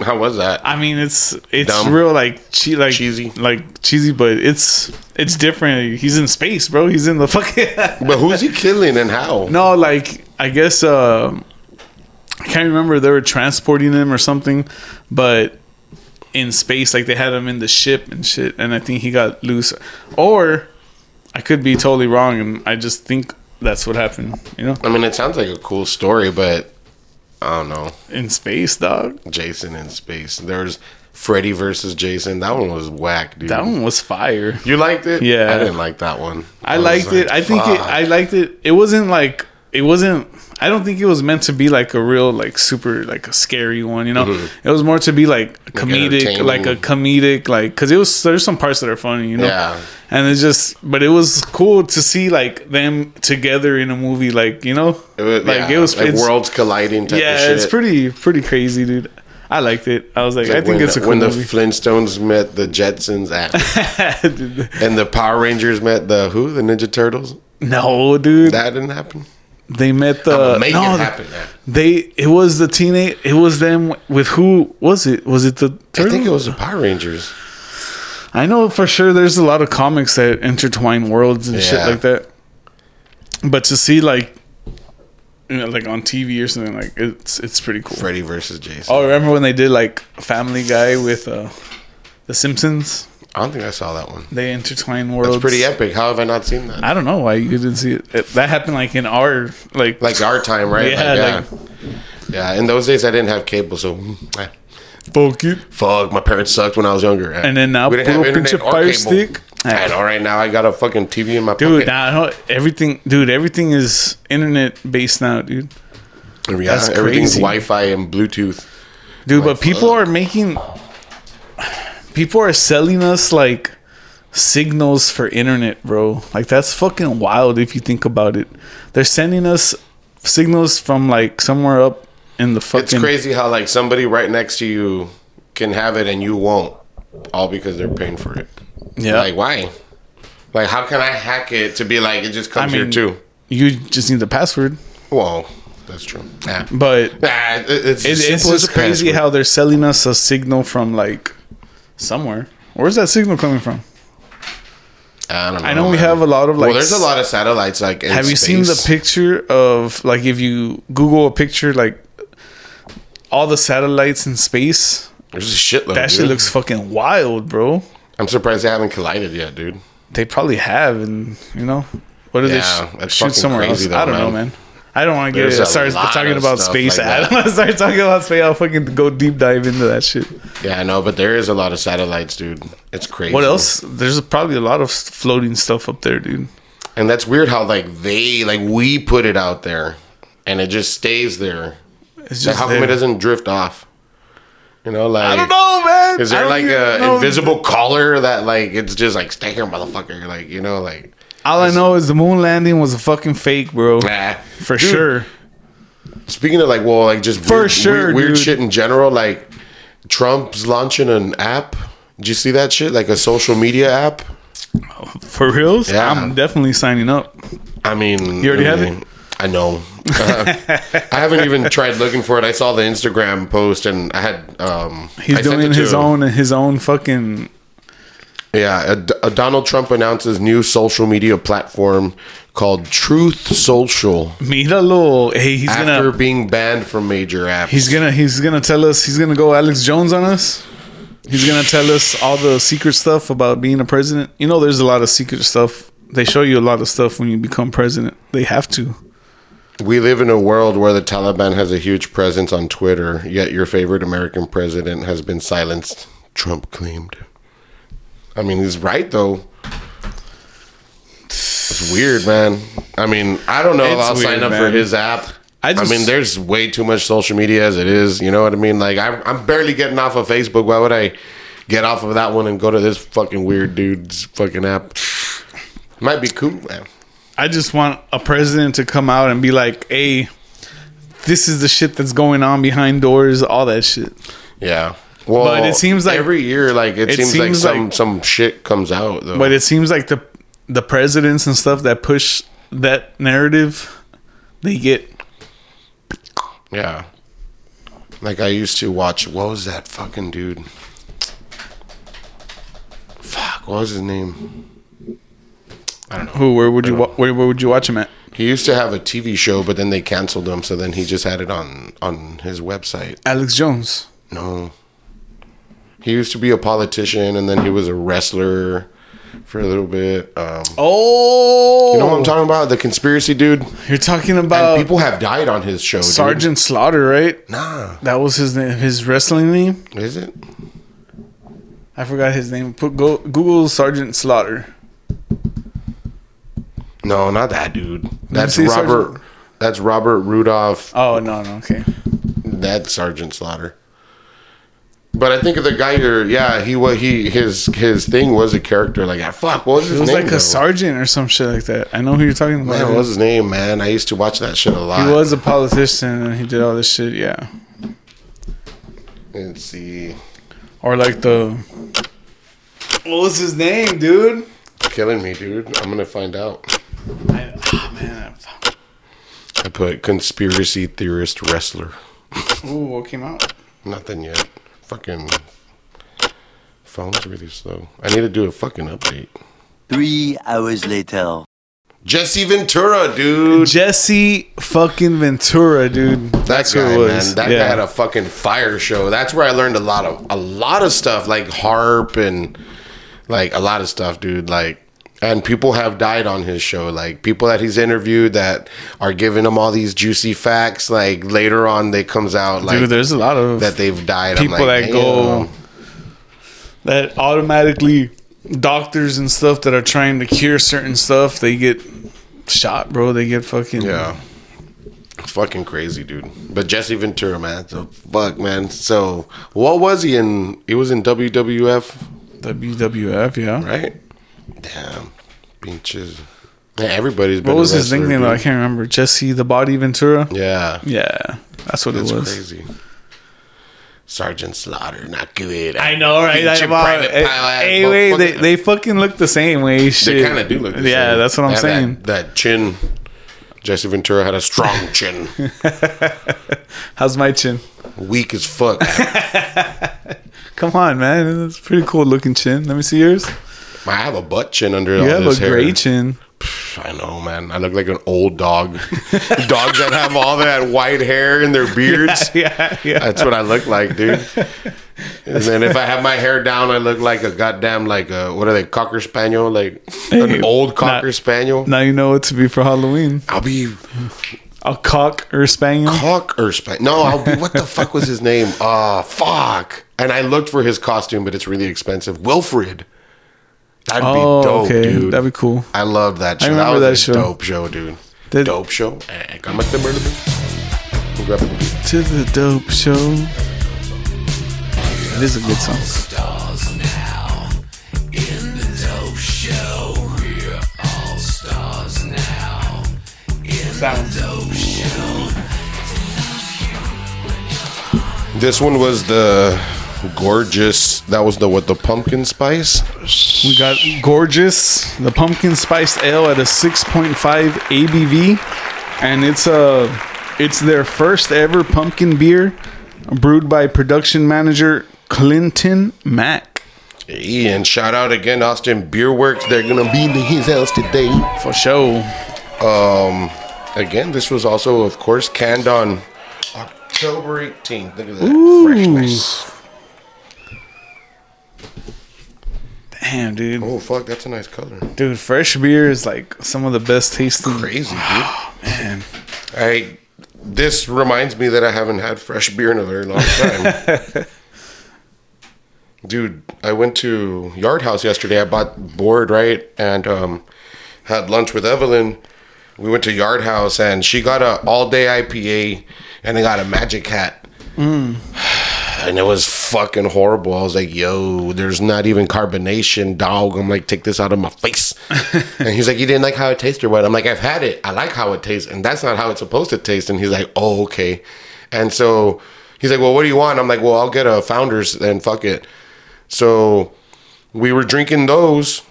Speaker 3: how was that?
Speaker 2: I mean, it's it's
Speaker 3: Dumb.
Speaker 2: real like che- like
Speaker 3: Cheesy.
Speaker 2: like cheesy, but it's it's different. He's in space, bro. He's in the fucking.
Speaker 3: but who's he killing and how?
Speaker 2: No, like I guess um I can't remember if they were transporting him or something, but in space, like they had him in the ship and shit, and I think he got loose. Or I could be totally wrong, and I just think that's what happened. You know,
Speaker 3: I mean, it sounds like a cool story, but I don't know.
Speaker 2: in space, dog.
Speaker 3: Jason in space. There's Freddy versus Jason. That one was whack, dude.
Speaker 2: That one was fire.
Speaker 3: You liked it?
Speaker 2: Yeah.
Speaker 3: I didn't like that one.
Speaker 2: I
Speaker 3: was
Speaker 2: liked
Speaker 3: like,
Speaker 2: it. I think it,
Speaker 3: fuck.
Speaker 2: I liked it. It wasn't like it wasn't. I don't think it was meant to be like a real like super like a scary one. You know, it was more to be like comedic,
Speaker 3: Mm-hmm. entertaining.
Speaker 2: like a comedic, like because it was there's some parts that are funny. You know,
Speaker 3: Yeah.
Speaker 2: And it's just, but it was cool to see like them together in a movie. Like you know,
Speaker 3: It was,
Speaker 2: like
Speaker 3: yeah,
Speaker 2: it was.
Speaker 3: like
Speaker 2: it's,
Speaker 3: worlds colliding type
Speaker 2: yeah,
Speaker 3: of shit.
Speaker 2: it's pretty pretty crazy, dude. I liked it. I was like, I
Speaker 3: Like
Speaker 2: think
Speaker 3: when,
Speaker 2: it's a cool
Speaker 3: when the
Speaker 2: movie.
Speaker 3: Flintstones met the Jetsons at,
Speaker 2: Dude,
Speaker 3: and the Power Rangers met the who the Ninja Turtles.
Speaker 2: no, dude,
Speaker 3: That didn't happen.
Speaker 2: they met the
Speaker 3: Make
Speaker 2: Uh, no,
Speaker 3: it
Speaker 2: the-
Speaker 3: happen. man.
Speaker 2: They it was the teenage it was them with who was it? Was it the
Speaker 3: I
Speaker 2: turtle?
Speaker 3: think it was the Power Rangers.
Speaker 2: I know for sure there's a lot of comics that intertwine worlds and shit
Speaker 3: Yeah.
Speaker 2: like that. But to see like you know, like on TV or something like it's it's pretty cool.
Speaker 3: Freddy versus Jason.
Speaker 2: Oh, remember when they did like Family Guy with uh The Simpsons?
Speaker 3: I don't think I saw that one.
Speaker 2: They intertwine worlds.
Speaker 3: It's pretty epic. How have I not seen that?
Speaker 2: I don't know why you didn't see it. It- That happened like in our like
Speaker 3: Like our time, right?
Speaker 2: Yeah,
Speaker 3: Like, yeah. yeah. In those days, I didn't have cable, so eh,
Speaker 2: fuck it.
Speaker 3: fuck. My parents sucked when I was younger. eh.
Speaker 2: And then now
Speaker 3: we didn't have
Speaker 2: puro
Speaker 3: internet
Speaker 2: pinche
Speaker 3: or
Speaker 2: Fire
Speaker 3: cable.
Speaker 2: Stick.
Speaker 3: I know. Right now, I got a fucking TV in my
Speaker 2: Dude,
Speaker 3: pocket.
Speaker 2: now I know everything, dude, everything is internet based now, dude.
Speaker 3: yeah,
Speaker 2: that's
Speaker 3: everything's
Speaker 2: crazy.
Speaker 3: Wi-Fi and Bluetooth.
Speaker 2: Dude, but people are making, people are selling us like signals for internet, bro. Like that's fucking wild if you think about it. They're sending us signals from like somewhere up in the fucking.
Speaker 3: It's crazy how like somebody right next to you can have it and you won't, all because they're paying for it.
Speaker 2: Yeah.
Speaker 3: Like why? Like how can I hack it to be like it just
Speaker 2: I
Speaker 3: comes
Speaker 2: mean,
Speaker 3: here too?
Speaker 2: you just need the password,
Speaker 3: Whoa, that's true. Yeah.
Speaker 2: but
Speaker 3: Nah, it- it's,
Speaker 2: it, it's just crazy how they're selling us a signal from like somewhere. Where's that signal coming from?
Speaker 3: how I, don't know,
Speaker 2: I know we
Speaker 3: man.
Speaker 2: have a lot of like.
Speaker 3: Uh, well, there's a lot of satellites. Like, in
Speaker 2: Have you seen the
Speaker 3: space.
Speaker 2: picture of like if you Google a picture like all the satellites in space?
Speaker 3: There's a shitload.
Speaker 2: That shit
Speaker 3: dude.
Speaker 2: looks fucking wild, bro.
Speaker 3: I'm surprised they haven't collided yet, dude.
Speaker 2: They probably have, and you know what do
Speaker 3: Yeah,
Speaker 2: they sh-
Speaker 3: that's
Speaker 2: shoot
Speaker 3: fucking
Speaker 2: somewhere else?
Speaker 3: crazy though,
Speaker 2: I don't know,
Speaker 3: man.
Speaker 2: man. I don't want to get
Speaker 3: There's a
Speaker 2: start
Speaker 3: lot
Speaker 2: talking
Speaker 3: of
Speaker 2: about
Speaker 3: stuff
Speaker 2: space.
Speaker 3: like
Speaker 2: I
Speaker 3: that.
Speaker 2: don't want to start talking about space. I'll fucking go deep dive into that shit.
Speaker 3: Yeah, I know, but there is a lot of satellites, dude. It's crazy.
Speaker 2: What else? There's probably a lot of s- floating stuff up there, dude.
Speaker 3: And that's weird how like they like we put it out there, and it just stays there.
Speaker 2: It's
Speaker 3: Like,
Speaker 2: just
Speaker 3: how
Speaker 2: there.
Speaker 3: come it doesn't drift off? You know, like
Speaker 2: I don't know, man.
Speaker 3: Is
Speaker 2: I
Speaker 3: there
Speaker 2: don't
Speaker 3: like
Speaker 2: even
Speaker 3: a
Speaker 2: know.
Speaker 3: invisible collar that like it's just like stay here, motherfucker? Like you know, like
Speaker 2: All I know is the moon landing was a fucking fake, bro.
Speaker 3: nah.
Speaker 2: For
Speaker 3: Dude,
Speaker 2: sure.
Speaker 3: Speaking of like, well, like just
Speaker 2: For
Speaker 3: weird,
Speaker 2: sure,
Speaker 3: weird, weird
Speaker 2: dude.
Speaker 3: shit in general. Like Trump's launching an app. Did you see that shit? Like a social media app.
Speaker 2: For reals?
Speaker 3: Yeah.
Speaker 2: I'm definitely signing up.
Speaker 3: I mean,
Speaker 2: You already
Speaker 3: I
Speaker 2: have
Speaker 3: mean, I know. Uh, I haven't even tried looking for it. I saw the Instagram post and I had. Um,
Speaker 2: He's
Speaker 3: I sent
Speaker 2: doing
Speaker 3: it to
Speaker 2: his
Speaker 3: him.
Speaker 2: own his own fucking
Speaker 3: Yeah, a, a Donald Trump announces new social media platform called Truth Social
Speaker 2: Míralo. Hey, he's
Speaker 3: after
Speaker 2: gonna
Speaker 3: being banned from major apps.
Speaker 2: he's gonna he's gonna tell us he's gonna go Alex Jones on us. He's gonna tell us all the secret stuff about being a president. You know there's a lot of secret stuff they show you a lot of stuff when you become president. They have to.
Speaker 3: We live in a world where the Taliban has a huge presence on Twitter, yet your favorite American president has been silenced, Trump claimed. I mean, he's right, though. It's weird, man. I mean, I don't know if
Speaker 2: It's
Speaker 3: I'll sign
Speaker 2: weird,
Speaker 3: up
Speaker 2: man.
Speaker 3: for his app.
Speaker 2: I
Speaker 3: I,
Speaker 2: just-
Speaker 3: mean, there's way too much social media as it is. You know what I mean? Like, I'm, I'm barely getting off of Facebook. Why would I get off of that one and go to this fucking weird dude's fucking app? Might be cool, man.
Speaker 2: I just want a president to come out and be like, "Hey, this is the shit that's going on behind doors, all that shit."
Speaker 3: Yeah. Well,
Speaker 2: But it seems like-
Speaker 3: every year, like it,
Speaker 2: it
Speaker 3: seems, like
Speaker 2: seems
Speaker 3: some
Speaker 2: like-
Speaker 3: some shit comes out though.
Speaker 2: But it seems like the the presidents and stuff that push that narrative, they get
Speaker 3: yeah. Like I used to watch. What was that fucking dude? Fuck. What was his name?
Speaker 2: who? Where would you wa- where, where would you watch him at?
Speaker 3: He used to have a TV show, but then they canceled him. So then he just had it on on his website.
Speaker 2: Alex Jones.
Speaker 3: No. He used to be a politician, and then he was a wrestler for a little bit. Um,
Speaker 2: Oh, Uh,
Speaker 3: You know what I'm talking about? The conspiracy dude.
Speaker 2: you're talking
Speaker 3: And
Speaker 2: about
Speaker 3: people have died on his show. dude.
Speaker 2: Sergeant Slaughter, right?
Speaker 3: Nah.
Speaker 2: That was his name, his wrestling name.
Speaker 3: Is it?
Speaker 2: I forgot his name. Put go Google Sergeant Slaughter.
Speaker 3: No, not that dude. That's
Speaker 2: see
Speaker 3: Robert.
Speaker 2: Sergeant-
Speaker 3: That's Robert Rudolph.
Speaker 2: Oh no, no, okay.
Speaker 3: That's Sergeant Slaughter. But I think of the guy here. Yeah, he was he his his thing was a character like ah, fuck. What was his
Speaker 2: It was
Speaker 3: name?
Speaker 2: like a
Speaker 3: though?
Speaker 2: sergeant or some shit like that. I know who you're talking about.
Speaker 3: Man, what was his name? Man, I used to watch that shit a lot.
Speaker 2: He was a politician and he did all this shit, yeah.
Speaker 3: Let's see,
Speaker 2: Or like the What was his name, dude?
Speaker 3: killing me, dude. I'm gonna find out.
Speaker 2: I, oh, man. I-
Speaker 3: I put conspiracy theorist wrestler.
Speaker 2: Ooh, what came out?
Speaker 3: Nothing yet. Fucking phone's really slow. I need to do a fucking update.
Speaker 4: Three hours later.
Speaker 3: Jesse Ventura, dude.
Speaker 2: Jesse fucking Ventura, dude.
Speaker 3: That's
Speaker 2: That's
Speaker 3: guy,
Speaker 2: who it was.
Speaker 3: Man, that
Speaker 2: yeah.
Speaker 3: guy had a fucking fire show. That's where I learned a lot of a lot of stuff, like harp and like a lot of stuff, dude. Like and people have died on his show. Like people that he's interviewed that are giving him all these juicy facts. Like later on, they comes out like
Speaker 2: dude, there's a lot of
Speaker 3: that they've died. I'm
Speaker 2: people
Speaker 3: like,
Speaker 2: that go
Speaker 3: "Damn."
Speaker 2: that automatically doctors and stuff that are trying to cure certain stuff, they get shot, bro. They get fucking
Speaker 3: Yeah. It's fucking crazy, dude. But Jesse Ventura, man. So fuck, man. So what was he in? He was in WWF.
Speaker 2: WWF, yeah.
Speaker 3: right? Damn, pinches. Yeah, everybody's. Been
Speaker 2: What
Speaker 3: a
Speaker 2: was his
Speaker 3: wrestler,
Speaker 2: nickname? though? I
Speaker 3: dude.
Speaker 2: can't remember. Jesse the Body Ventura.
Speaker 3: Yeah,
Speaker 2: Yeah, that's what
Speaker 3: that's
Speaker 2: it was.
Speaker 3: crazy. Sergeant Slaughter, not good.
Speaker 2: I know, right?
Speaker 3: Pinche
Speaker 2: Like, about-
Speaker 3: private
Speaker 2: eh,
Speaker 3: pilot,
Speaker 2: eh, wait, they,
Speaker 3: motherfucker.
Speaker 2: they fucking look the same way. Shit.
Speaker 3: They kind of do look. the
Speaker 2: yeah,
Speaker 3: same.
Speaker 2: that's what
Speaker 3: They
Speaker 2: I'm
Speaker 3: have
Speaker 2: saying.
Speaker 3: That, that chin. Jesse Ventura had a strong chin,
Speaker 2: How's my chin?
Speaker 3: weak as fuck.
Speaker 2: Come on, man. That's a pretty cool looking chin. Let me see yours.
Speaker 3: I have a butt chin under all
Speaker 2: You have a
Speaker 3: this hair.
Speaker 2: great chin.
Speaker 3: I know, man. I look like an old dog. Dogs that have all that white hair in their beards.
Speaker 2: Yeah, yeah.
Speaker 3: That's what I look like, dude. And then if I have my hair down, I look like a goddamn like a what are they cocker spaniel, like
Speaker 2: Hey,
Speaker 3: an old cocker
Speaker 2: not-
Speaker 3: spaniel.
Speaker 2: Now you know what to be for Halloween.
Speaker 3: I'll be
Speaker 2: A cock or spaniel.
Speaker 3: cocker spaniel. No, I'll be what the fuck was his name? Ah, fuck. And I looked for his costume, but it's really expensive. Wilfred. That'd
Speaker 2: Oh,
Speaker 3: be dope,
Speaker 2: okay.
Speaker 3: dude.
Speaker 2: That'd be cool.
Speaker 3: I love that show.
Speaker 2: remember
Speaker 3: that
Speaker 2: that
Speaker 3: was
Speaker 2: show.
Speaker 3: a dope show, dude.
Speaker 2: Did-
Speaker 3: dope show. Eh, come at the murder. We'll grab it.
Speaker 2: To the dope show. It is a good song.
Speaker 5: stars now in the dope show. We're all stars now in the dope show.
Speaker 3: This one was the gorgeous. That was the what the pumpkin spice.
Speaker 2: We got gorgeous the pumpkin spice ale at a 6.5 ABV, and it's a it's their first ever pumpkin beer, brewed by production manager Clinton Mack.
Speaker 3: Hey, and shout out again, Austin Beer Works. They're gonna be in his house today.
Speaker 2: For sure.
Speaker 3: Again, this was also, of course, canned on October 18th. Look at that freshness.
Speaker 2: Damn, dude.
Speaker 3: Oh fuck, that's a nice color.
Speaker 2: Dude, fresh beer is like some of the best tasting.
Speaker 3: Crazy, dude. I this reminds me that I haven't had fresh beer in a very long time. dude, I went to Yard House yesterday. I bought board, right? And um had lunch with Evelyn. We went to Yard House and she got a all day IPA and they got a magic hat. And it was fucking horrible. I was like, yo, there's not even carbonation, dog. I'm like, take this out of my face. and he's like, you didn't like how it tasted or what? I'm like, I've had it. I like how it tastes. And that's not how it's supposed to taste. And he's like, oh, okay. And so he's like, well, what do you want? I'm like, well, I'll get a Founders and fuck it. So we were drinking those.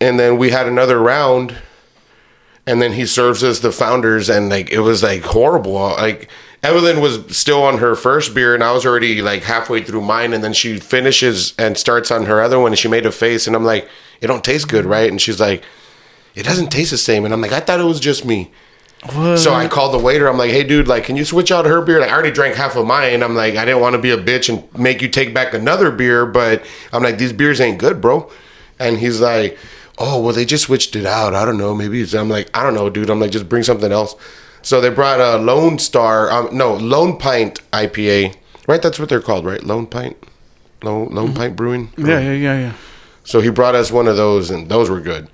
Speaker 3: And then we had another round and then he serves us the founders and like it was like horrible like evelyn was still on her first beer and i was already like halfway through mine and then she finishes and starts on her other one and she made a face and i'm like it don't taste good right and she's like it doesn't taste the same and i'm like i thought it was just me so I called the waiter. I'm like, "Hey, dude, like, can you switch out her beer? Like, I already drank half of mine. I'm like, I didn't want to be a bitch and make you take back another beer, but I'm like, these beers ain't good, bro." And he's like, "Oh, well, they just switched it out. I don't know. Maybe it's." I'm like, "I don't know, dude. I'm like, just bring something else." So they brought a Lone Star, um, no, Lone Pint IPA. Right, that's what they're called, right? Lone Pint, Lone, Lone Pint Brewing.
Speaker 2: Mm-hmm. Yeah, yeah, yeah, yeah.
Speaker 3: So he brought us one of those, and those were good.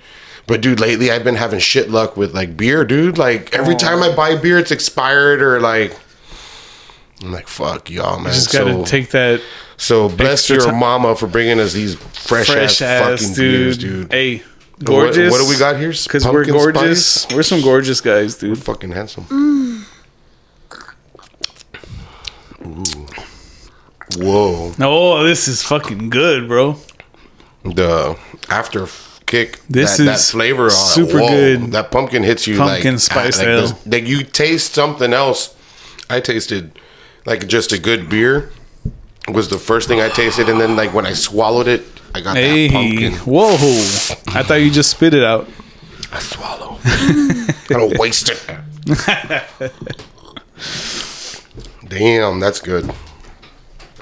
Speaker 3: But dude, lately I've been having shit luck with like beer, dude. Like every time I buy beer, it's expired or like. I'm like, fuck y'all, man.
Speaker 2: Just
Speaker 3: so,
Speaker 2: gotta take that
Speaker 3: so bless
Speaker 2: extra
Speaker 3: your
Speaker 2: time.
Speaker 3: mama for bringing us these fresh,
Speaker 2: fresh
Speaker 3: ass,
Speaker 2: ass,
Speaker 3: fucking
Speaker 2: dude.
Speaker 3: beers, dude.
Speaker 2: Hey,
Speaker 3: But what-
Speaker 2: gorgeous.
Speaker 3: What, do we got here?
Speaker 2: Because we're
Speaker 3: Pumpkin
Speaker 2: gorgeous.
Speaker 3: spice?
Speaker 2: We're some gorgeous guys, dude.
Speaker 3: Fucking handsome. Ooh. Whoa.
Speaker 2: Oh, this is fucking good, bro.
Speaker 3: the after kick
Speaker 2: This
Speaker 3: that, that
Speaker 2: is
Speaker 3: flavor on it.
Speaker 2: super
Speaker 3: Whoa,
Speaker 2: good.
Speaker 3: that pumpkin hits you
Speaker 2: Pumpkin
Speaker 3: like, ah,
Speaker 2: spice
Speaker 3: like,
Speaker 2: ale.
Speaker 3: this- like you taste something else i tasted like just a good beer was the first thing i tasted and then like when i swallowed it i got
Speaker 2: Hey,
Speaker 3: that pumpkin
Speaker 2: whoa! I thought you just spit it out.
Speaker 3: i swallow i don't waste it damn that's good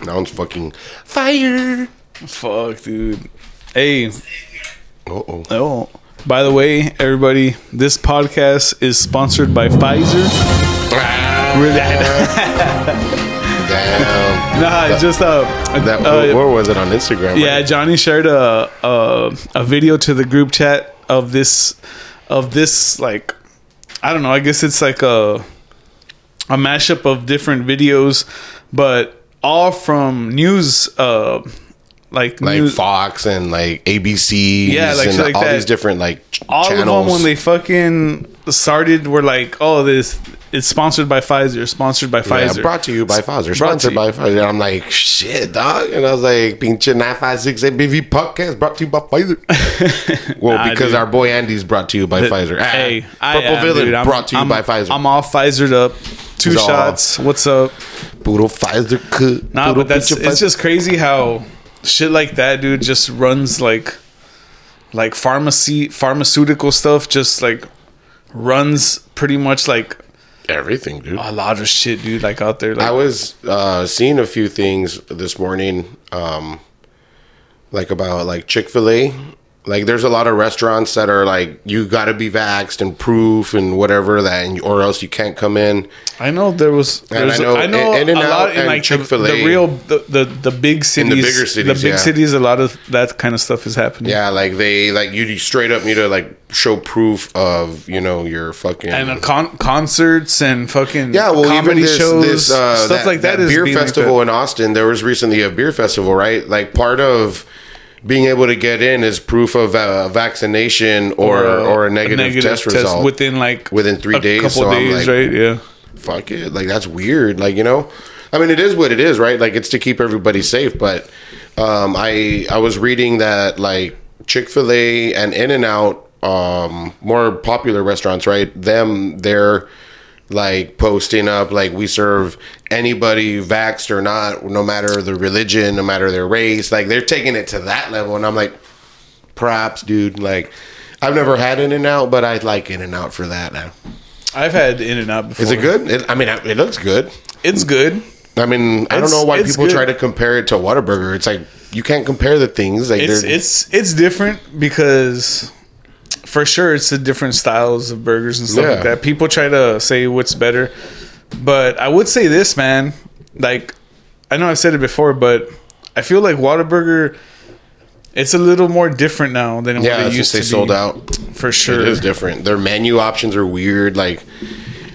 Speaker 3: that one's fucking fire
Speaker 2: Fuck, dude. Hey,
Speaker 3: uh-oh
Speaker 2: oh. By the way, everybody, this podcast is sponsored by Pfizer. Really?
Speaker 3: damn
Speaker 2: nah, it's just uh,
Speaker 3: that
Speaker 2: uh,
Speaker 3: where was it on instagram
Speaker 2: Yeah, Johnny shared a, a a video to the group chat of this of this like I don't know. I guess it's like a a mashup of different videos, but all from news uh like,
Speaker 3: like
Speaker 2: news,
Speaker 3: Fox and like ABC,
Speaker 2: Yeah, like
Speaker 3: and
Speaker 2: shit like
Speaker 3: all
Speaker 2: that.
Speaker 3: these different like ch-
Speaker 2: all
Speaker 3: channels.
Speaker 2: of them when they fucking started were like, oh, this it's sponsored by Pfizer, sponsored by
Speaker 3: Yeah,
Speaker 2: Pfizer.
Speaker 3: brought to you by Pfizer,
Speaker 2: Brought to
Speaker 3: sponsored by Pfizer. And I'm like, shit, dog. And I was like, Pinche 956 ABV podcast brought to you by Pfizer. well,
Speaker 2: Nah,
Speaker 3: because
Speaker 2: dude.
Speaker 3: our boy Andy's brought to you by Pfizer. Ah,
Speaker 2: Hey, I
Speaker 3: Purple
Speaker 2: am,
Speaker 3: Villain
Speaker 2: dude. I'm-
Speaker 3: brought to you
Speaker 2: I'm-
Speaker 3: by Pfizer.
Speaker 2: I'm all Pfizered up. Two
Speaker 3: He's all-
Speaker 2: shots. What's up?
Speaker 3: Poodle Pfizer cook.
Speaker 2: Nah,
Speaker 3: Poodle
Speaker 2: but that's
Speaker 3: picture
Speaker 2: it's
Speaker 3: Pfizer.
Speaker 2: just crazy how shit like that, dude, just runs like like pharmacy pharmaceutical stuff just like runs pretty much like
Speaker 3: everything, dude.
Speaker 2: a lot of shit, dude, like out there. Like
Speaker 3: I was uh, seeing a few things this morning, um, like about like Chick Fil A. Like, there's a lot of restaurants that are like, you got to be vaxxed and proof and whatever that, and, or else you can't come in.
Speaker 2: I know there was
Speaker 3: And
Speaker 2: there's,
Speaker 3: I know
Speaker 2: I know
Speaker 3: In- In-N-Out
Speaker 2: a lot in
Speaker 3: and
Speaker 2: like
Speaker 3: Chick-fil-A.
Speaker 2: The, the real the, the the big cities,
Speaker 3: bigger cities,
Speaker 2: the big
Speaker 3: yeah.
Speaker 2: cities, a lot of that kind of stuff is happening.
Speaker 3: Yeah, like they like you straight up need to like show proof of you know your fucking
Speaker 2: and uh, con- concerts and fucking
Speaker 3: Yeah, well,
Speaker 2: comedy
Speaker 3: even this,
Speaker 2: shows,
Speaker 3: this, uh,
Speaker 2: stuff
Speaker 3: that,
Speaker 2: like that,
Speaker 3: that
Speaker 2: is
Speaker 3: beer
Speaker 2: being like
Speaker 3: festival
Speaker 2: that.
Speaker 3: in Austin. There was recently a beer festival, right? Like part of being able to get in is proof of uh, vaccination or or, a negative, test, result
Speaker 2: within like
Speaker 3: within three
Speaker 2: a
Speaker 3: days.
Speaker 2: couple
Speaker 3: so I'm
Speaker 2: days,
Speaker 3: like,
Speaker 2: right? Yeah.
Speaker 3: fuck it. Like that's weird. Like you know, I mean, it is what it is, right? Like it's to keep everybody safe. But um, I I was reading that like Chick Fil A and In and Out, um, more popular restaurants, right? Them they're like posting up like we serve anybody vaxxed or not, no matter the religion, no matter their race. Like they're taking it to that level, and I'm like, props, dude. Like. I've never had In and Out, but I like In and Out for that. Now,
Speaker 2: I've had In and Out before.
Speaker 3: is it good? It, I mean, it looks good.
Speaker 2: It's good.
Speaker 3: I mean, I don't
Speaker 2: It's-
Speaker 3: know why
Speaker 2: it's
Speaker 3: people
Speaker 2: good.
Speaker 3: try to compare it to Whataburger. It's like you can't compare the things. Like
Speaker 2: It's
Speaker 3: they're-
Speaker 2: it's it's different because for sure it's the different styles of burgers and stuff like
Speaker 3: Yeah.
Speaker 2: that. People try to say what's better, but I would say this, man. Like I know I've said it before, but I feel like Whataburger it's a little more different now than what
Speaker 3: yeah,
Speaker 2: it
Speaker 3: since
Speaker 2: used
Speaker 3: they
Speaker 2: to be.
Speaker 3: sold out.
Speaker 2: for sure.
Speaker 3: It is different. Their menu options are weird. Like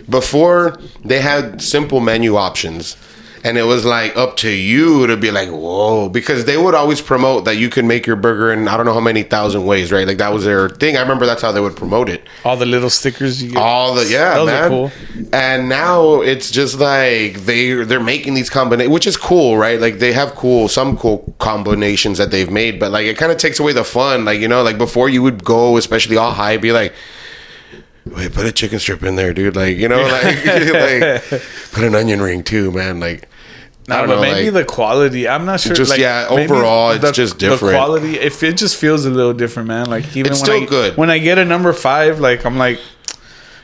Speaker 3: before, they had simple menu options, and it was like up to you to be like, "Whoa!" Because they would always promote that you can make your burger in I don't know how many thousand ways, right? Like that was their thing. I remember that's how they would promote it.
Speaker 2: All the little stickers you get.
Speaker 3: All the yeah,
Speaker 2: Those are
Speaker 3: man.
Speaker 2: cool.
Speaker 3: And now it's just like they they're making these combinations, which is cool, right? Like they have cool some cool combinations that they've made, but like it kind of takes away the fun. Like you know, like before you would go, especially all high, be like. Wait, put a chicken strip in there, dude. Like you know, like, like put an onion ring too, man. Like
Speaker 2: I don't know. Maybe the
Speaker 3: like,
Speaker 2: quality. I'm not sure.
Speaker 3: Just- yeah,
Speaker 2: maybe
Speaker 3: overall, it's just different.
Speaker 2: The quality, if it just feels a little different, man. Like even
Speaker 3: It's
Speaker 2: when
Speaker 3: still
Speaker 2: I,
Speaker 3: good.
Speaker 2: When I get a number five, like I'm like,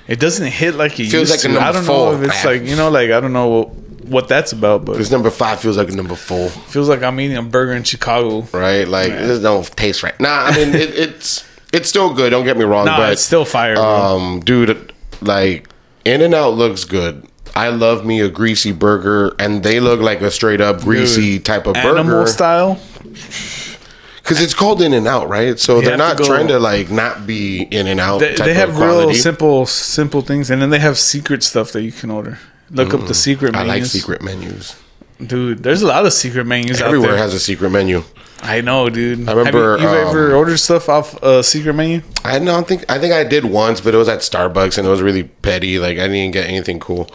Speaker 2: it doesn't hit like it
Speaker 3: Feels
Speaker 2: used
Speaker 3: like a
Speaker 2: to. I
Speaker 3: number
Speaker 2: don't know
Speaker 3: four.
Speaker 2: if it's like you know, like I don't know what, what that's about, but
Speaker 3: this
Speaker 2: it
Speaker 3: number five feels like a number four.
Speaker 2: feels like I'm eating a burger in Chicago.
Speaker 3: right? Like this don't taste right. Nah, I mean it, it's it's still good. Don't get me wrong,
Speaker 2: Nah,
Speaker 3: but
Speaker 2: it's still fire, bro.
Speaker 3: Um, dude, like In and Out looks good. I love me a greasy burger, and they look like a straight up greasy
Speaker 2: Dude,
Speaker 3: type of
Speaker 2: Animal
Speaker 3: burger
Speaker 2: style.
Speaker 3: because it's called In and Out, right? So
Speaker 2: have
Speaker 3: they're
Speaker 2: to
Speaker 3: not
Speaker 2: go-
Speaker 3: trying to like not be In and Out.
Speaker 2: They,
Speaker 3: type
Speaker 2: they have
Speaker 3: of
Speaker 2: real
Speaker 3: quality.
Speaker 2: simple, simple things, and then they have secret stuff that you can order. Look up the secret.
Speaker 3: Mm, I
Speaker 2: Menus.
Speaker 3: like secret menus.
Speaker 2: dude. There's a lot of secret menus out
Speaker 3: Everywhere
Speaker 2: there.
Speaker 3: has a secret menu.
Speaker 2: I know, dude.
Speaker 3: I remember,
Speaker 2: Have you, you've
Speaker 3: um,
Speaker 2: ever ordered stuff off a secret menu?
Speaker 3: I don't think I think I did once, but it was at Starbucks and it was really petty. Like I didn't get anything cool.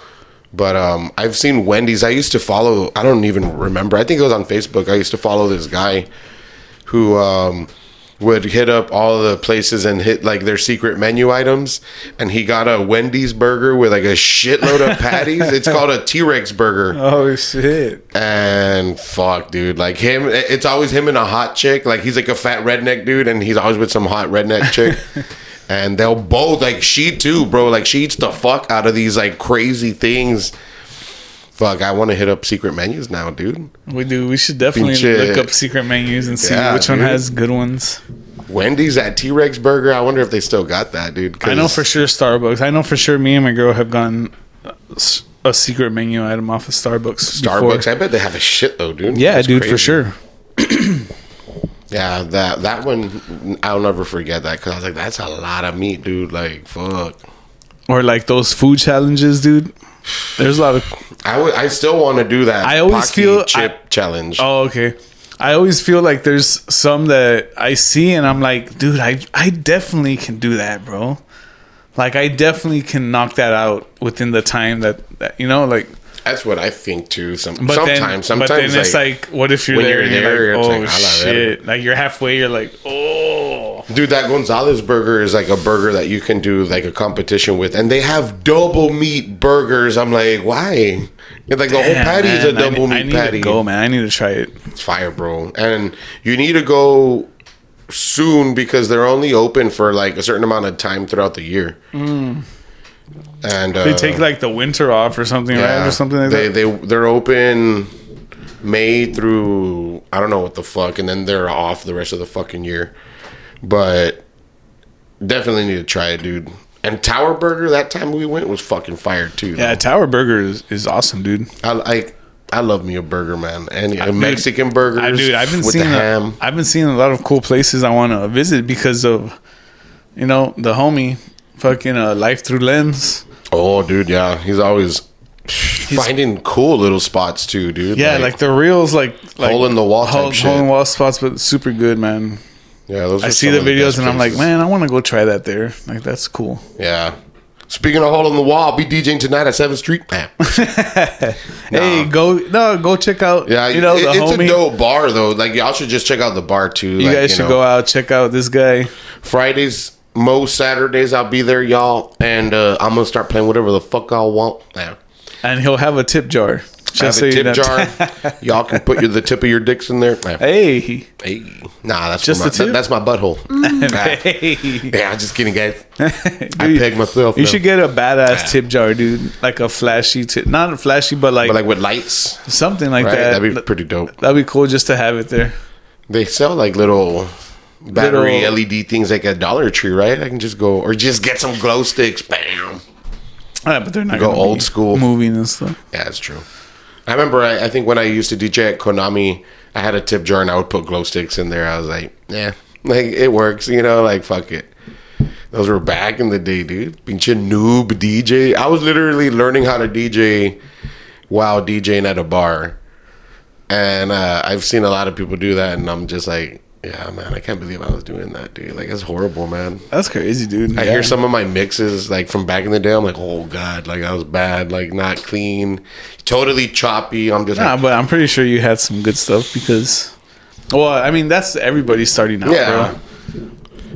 Speaker 3: But um, I've seen Wendy's. I used to follow. I don't even remember. I think it was on Facebook. I used to follow this guy who um, would hit up all the places and hit like their secret menu items. And he got a Wendy's burger with like a shitload of patties. it's called a T Rex burger
Speaker 2: Oh shit!
Speaker 3: and fuck, dude, like him, it's always him and a hot chick. Like he's like a fat redneck dude, and he's always with some hot redneck chick. and they'll both like she too, bro. Like she eats the fuck out of these like crazy things. Fuck, I want to hit up secret menus now, dude.
Speaker 2: We do. We should definitely
Speaker 3: Pinche-
Speaker 2: look up secret menus and see
Speaker 3: Yeah,
Speaker 2: which one
Speaker 3: dude.
Speaker 2: has good ones.
Speaker 3: Wendy's at T Rex Burger. I wonder if they still got that, dude. 'cause-
Speaker 2: I know for sure Starbucks. I know for sure me and my girl have gotten a s- a secret menu item off of Starbucks. before.
Speaker 3: Starbucks. I bet they have a shitload, dude.
Speaker 2: Yeah,
Speaker 3: That's
Speaker 2: dude,
Speaker 3: crazy.
Speaker 2: for sure.
Speaker 3: Yeah, that that one I'll never forget that because I was like, that's a lot of meat, dude. Like, fuck.
Speaker 2: Or like those food challenges, dude. There's a lot of
Speaker 3: I would- I still want to do that.
Speaker 2: I always
Speaker 3: Pocky
Speaker 2: feel-
Speaker 3: chip
Speaker 2: I-
Speaker 3: challenge.
Speaker 2: Oh, okay. I always feel like there's some that I see and I'm like, dude, I I definitely can do that, bro. Like I definitely can knock that out within the time that, that you know, like.
Speaker 3: That's what I think too. Some
Speaker 2: But
Speaker 3: sometimes,
Speaker 2: then,
Speaker 3: sometimes
Speaker 2: but then it's like, what if you're
Speaker 3: when
Speaker 2: there
Speaker 3: you're
Speaker 2: and you're
Speaker 3: there,
Speaker 2: like,
Speaker 3: it's
Speaker 2: oh
Speaker 3: like, I love it.
Speaker 2: shit! Like you're halfway, you're like, oh,
Speaker 3: dude, that Gonzalez burger is like a burger that you can do like a competition with, and they have double meat burgers. I'm like, why? It's like the whole
Speaker 2: Damn,
Speaker 3: patty is Oh, a
Speaker 2: man, I
Speaker 3: double
Speaker 2: need- I
Speaker 3: meat
Speaker 2: need
Speaker 3: patty.
Speaker 2: To go, man! I need to try it.
Speaker 3: It's fire, bro, and you need to go soon because they're only open for like a certain amount of time throughout the year. And
Speaker 2: Mm.
Speaker 3: uh,
Speaker 2: They take like the winter off or something,
Speaker 3: Yeah.
Speaker 2: right? Or something like
Speaker 3: they,
Speaker 2: that.
Speaker 3: They they're open May through I don't know what the fuck, and then they're off the rest of the fucking year. But definitely need to try it, dude. And Tower Burger that time we went was fucking fire too.
Speaker 2: Yeah, Tower Burger is, is awesome, dude.
Speaker 3: I like. I love me a burger, man, and a
Speaker 2: dude,
Speaker 3: Mexican burgers
Speaker 2: I, dude, I've been
Speaker 3: with
Speaker 2: seeing.
Speaker 3: the ham.
Speaker 2: A, I've been seeing a lot of cool places I want to visit because of, you know, the homie, fucking uh, life through lens.
Speaker 3: oh, dude, yeah, he's always finding cool little spots too, dude.
Speaker 2: Yeah, like, the reels, like like
Speaker 3: Hole in the wall type
Speaker 2: hole,
Speaker 3: shit.
Speaker 2: hole in the wall spots, but super good, man.
Speaker 3: yeah, those
Speaker 2: I
Speaker 3: are
Speaker 2: see
Speaker 3: some
Speaker 2: the
Speaker 3: of
Speaker 2: videos
Speaker 3: best
Speaker 2: and I'm like,
Speaker 3: places.
Speaker 2: man, I want to go try that there. Like that's cool.
Speaker 3: yeah. Speaking of hole in the wall, I'll be DJing tonight at Seventh Street. Man.
Speaker 2: Hey, go no, go check out.
Speaker 3: Yeah,
Speaker 2: you know
Speaker 3: it-
Speaker 2: the
Speaker 3: it's
Speaker 2: homie.
Speaker 3: a dope bar though. Like y'all should just check out the bar too.
Speaker 2: you guys should go out check out this guy.
Speaker 3: Fridays, most Saturdays I'll be there, y'all, and uh, I'm gonna start playing whatever the fuck y'all want. Man.
Speaker 2: and he'll have a tip jar.
Speaker 3: I have
Speaker 2: Just
Speaker 3: a
Speaker 2: so you
Speaker 3: tip
Speaker 2: know.
Speaker 3: jar. y'all can put your, the tip of your dicks in there. Man.
Speaker 2: Hey,
Speaker 3: Hey. Nah, that's
Speaker 2: Just
Speaker 3: just my,
Speaker 2: the tip? Mm.
Speaker 3: that- that's my butthole. Nah.
Speaker 2: hey.
Speaker 3: yeah, I'm just kidding, guys. I
Speaker 2: Dude,
Speaker 3: peg myself.
Speaker 2: You
Speaker 3: though.
Speaker 2: should get a badass tip jar, dude. Like a flashy tip, not flashy, but like,
Speaker 3: but like with lights,
Speaker 2: something like
Speaker 3: right?
Speaker 2: that.
Speaker 3: That'd be pretty dope.
Speaker 2: That'd be cool just to have it there.
Speaker 3: They sell like little battery
Speaker 2: Little-
Speaker 3: LED things like at Dollar Tree, right? I can just go or just get some glow sticks. Bam.
Speaker 2: Ah, but they're not
Speaker 3: Go
Speaker 2: gonna
Speaker 3: old
Speaker 2: be
Speaker 3: school.
Speaker 2: moving and stuff.
Speaker 3: Yeah, that's true. I remember. I, I think when I used to DJ at Konami, I had a tip jar and I would put glow sticks in there. I was like, yeah, like it works, you know, like fuck it. Those were back in the day, dude. Pinche noob DJ. I was literally learning how to DJ while DJing at a bar, and uh, I've seen a lot of people do that, and I'm just like. Yeah, man, I can't believe I was doing that, dude. Like, it's horrible, man.
Speaker 2: That's crazy, dude.
Speaker 3: I
Speaker 2: Yeah.
Speaker 3: hear some of my mixes like from back in the day. I'm like, oh god, like I was bad, like not clean, totally choppy. I'm just
Speaker 2: Nah,
Speaker 3: like,
Speaker 2: but I'm pretty sure you had some good stuff because, well, I mean, that's everybody starting out,
Speaker 3: yeah.
Speaker 2: bro.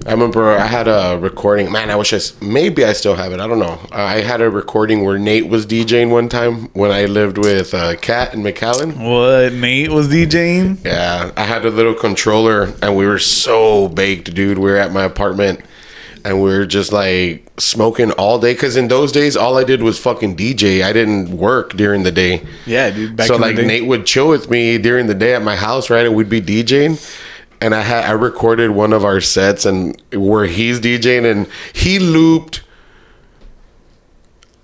Speaker 3: I remember I had a recording. Man, I wish I s- maybe I still have it. I don't know. I had a recording where Nate was DJing one time when I lived with uh, Kat and McAllen.
Speaker 2: What Nate was DJing?
Speaker 3: Yeah, I had a little controller, and we were so baked, dude. We were at my apartment, and we were just like smoking all day. Because in those days, all I did was fucking DJ. I didn't work during the day.
Speaker 2: Yeah, dude. Back
Speaker 3: so
Speaker 2: in
Speaker 3: like
Speaker 2: the day.
Speaker 3: Nate would chill with me during the day at my house, right? And we'd be DJing. And I had I recorded one of our sets and where he's DJing and he looped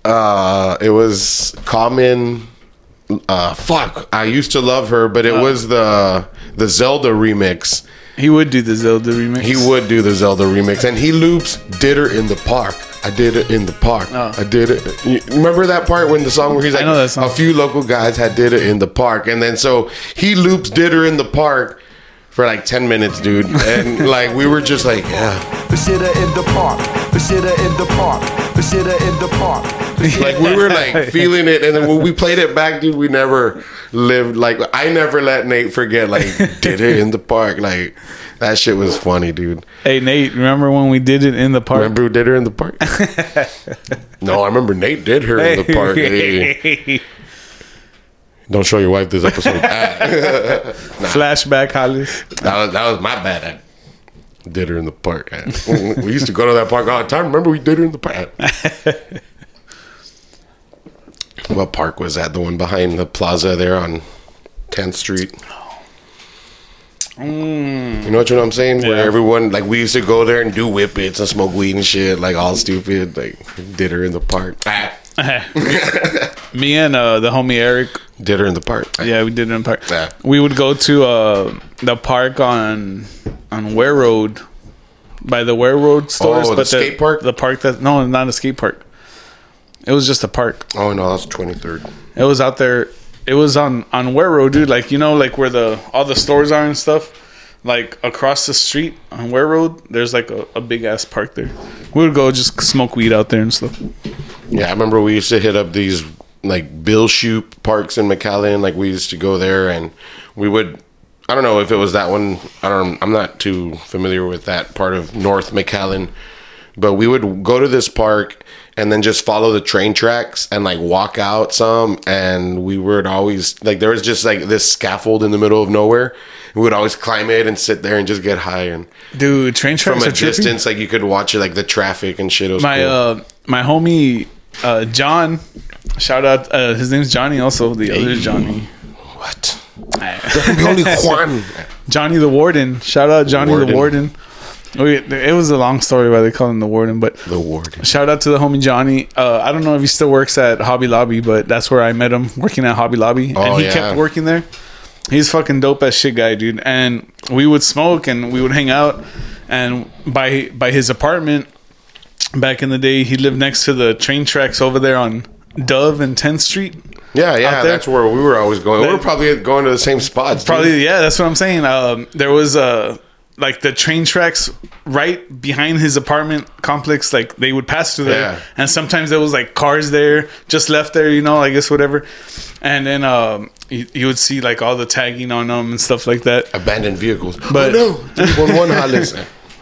Speaker 3: uh it was common uh fuck. I used to love her, but it
Speaker 2: Uh.
Speaker 3: was the the Zelda remix.
Speaker 2: he would do the Zelda remix.
Speaker 3: He would do the Zelda remix, and he loops "Did Her in the Park." I did it in the park.
Speaker 2: Oh.
Speaker 3: I did it. You remember that part when the song where he's like,
Speaker 2: know that song.
Speaker 3: "A few local guys had did it in the park," and then so he loops "Did Her in the Park" for like ten minutes, dude, and like we were just like, yeah,
Speaker 6: Consider in the park. Consider in the park. Consider in the park.
Speaker 3: like we were like feeling it, and then when we played it back, dude, we never lived like I never let Nate forget like "Did It in the Park," like that shit was funny, dude.
Speaker 2: Hey Nate, remember when we did it in the park?
Speaker 3: Remember who did her in the park? no, I remember Nate did her in the park. Hey, don't show your wife this episode. Ah,
Speaker 2: Flashback, Hollis.
Speaker 3: that, was, that was my bad. I did her in the park. Ah, we used to go to that park all the time. Remember we did her in the park. what park was that? The one behind the plaza there on 10th Street. You know what, you know what I'm saying? Where
Speaker 2: Yeah.
Speaker 3: everyone like we used to go there and do whippets and smoke weed and shit, like all stupid, like did her in the park. Ah.
Speaker 2: Me and uh, the homie Eric.
Speaker 3: Did her in the park.
Speaker 2: Yeah, we did it in the park.
Speaker 3: Yeah.
Speaker 2: We would go to uh, the park on on Ware Road by the Ware Road stores,
Speaker 3: Oh, the skate park?
Speaker 2: The park that no, not a skate park. It was just a park.
Speaker 3: Oh no, that's twenty third.
Speaker 2: It was out there. It was on on Ware Road, dude. Like you know, like where the all the stores are and stuff. Like across the street on Ware Road, there's like a, a big ass park there. We would go just smoke weed out there and stuff.
Speaker 3: Yeah, I remember we used to hit up these like Bill Shoop parks in McAllen. Like we used to go there and we would. I don't know if it was that one. I don't. I'm not too familiar with that part of North McAllen, but we would go to this park and then just follow the train tracks and like walk out some. And we would always like there was just like this scaffold in the middle of nowhere. We would always climb it and sit there and just get high and
Speaker 2: Dude, train tracks
Speaker 3: from
Speaker 2: are
Speaker 3: a
Speaker 2: trippy.
Speaker 3: distance like you could watch it like the traffic and shit. It was
Speaker 2: My
Speaker 3: cool.
Speaker 2: uh, my homie uh, John, shout out. Uh, his name's Johnny. Also, the other Johnny,
Speaker 3: What? the only Juan.
Speaker 2: Johnny the Warden. Shout out Johnny the
Speaker 3: Warden.
Speaker 2: Warden. We, it was a long story why they call him the Warden, but
Speaker 3: The warden.
Speaker 2: Shout out to the homie Johnny. Uh, I don't know if he still works at Hobby Lobby, but that's where I met him working at Hobby Lobby,
Speaker 3: Oh,
Speaker 2: and he
Speaker 3: yeah.
Speaker 2: kept working there. He's fucking dope as shit guy, dude. And we would smoke and we would hang out. And by by his apartment, back in the day, he lived next to the train tracks over there on Dove and 10th Street.
Speaker 3: Yeah, yeah,
Speaker 2: Out there?
Speaker 3: that's where we were always going. we were probably going to the same spots. dude.
Speaker 2: Probably, yeah, that's what I'm saying. Um, there was a like the train tracks right behind his apartment complex. Like they would pass through there,
Speaker 3: Yeah.
Speaker 2: and sometimes there was like cars there, just left there, you know, I guess whatever. And then um, you, you would see like all the tagging on them and stuff like that.
Speaker 3: abandoned vehicles.
Speaker 2: But-
Speaker 3: oh, no, There's one one Hollis.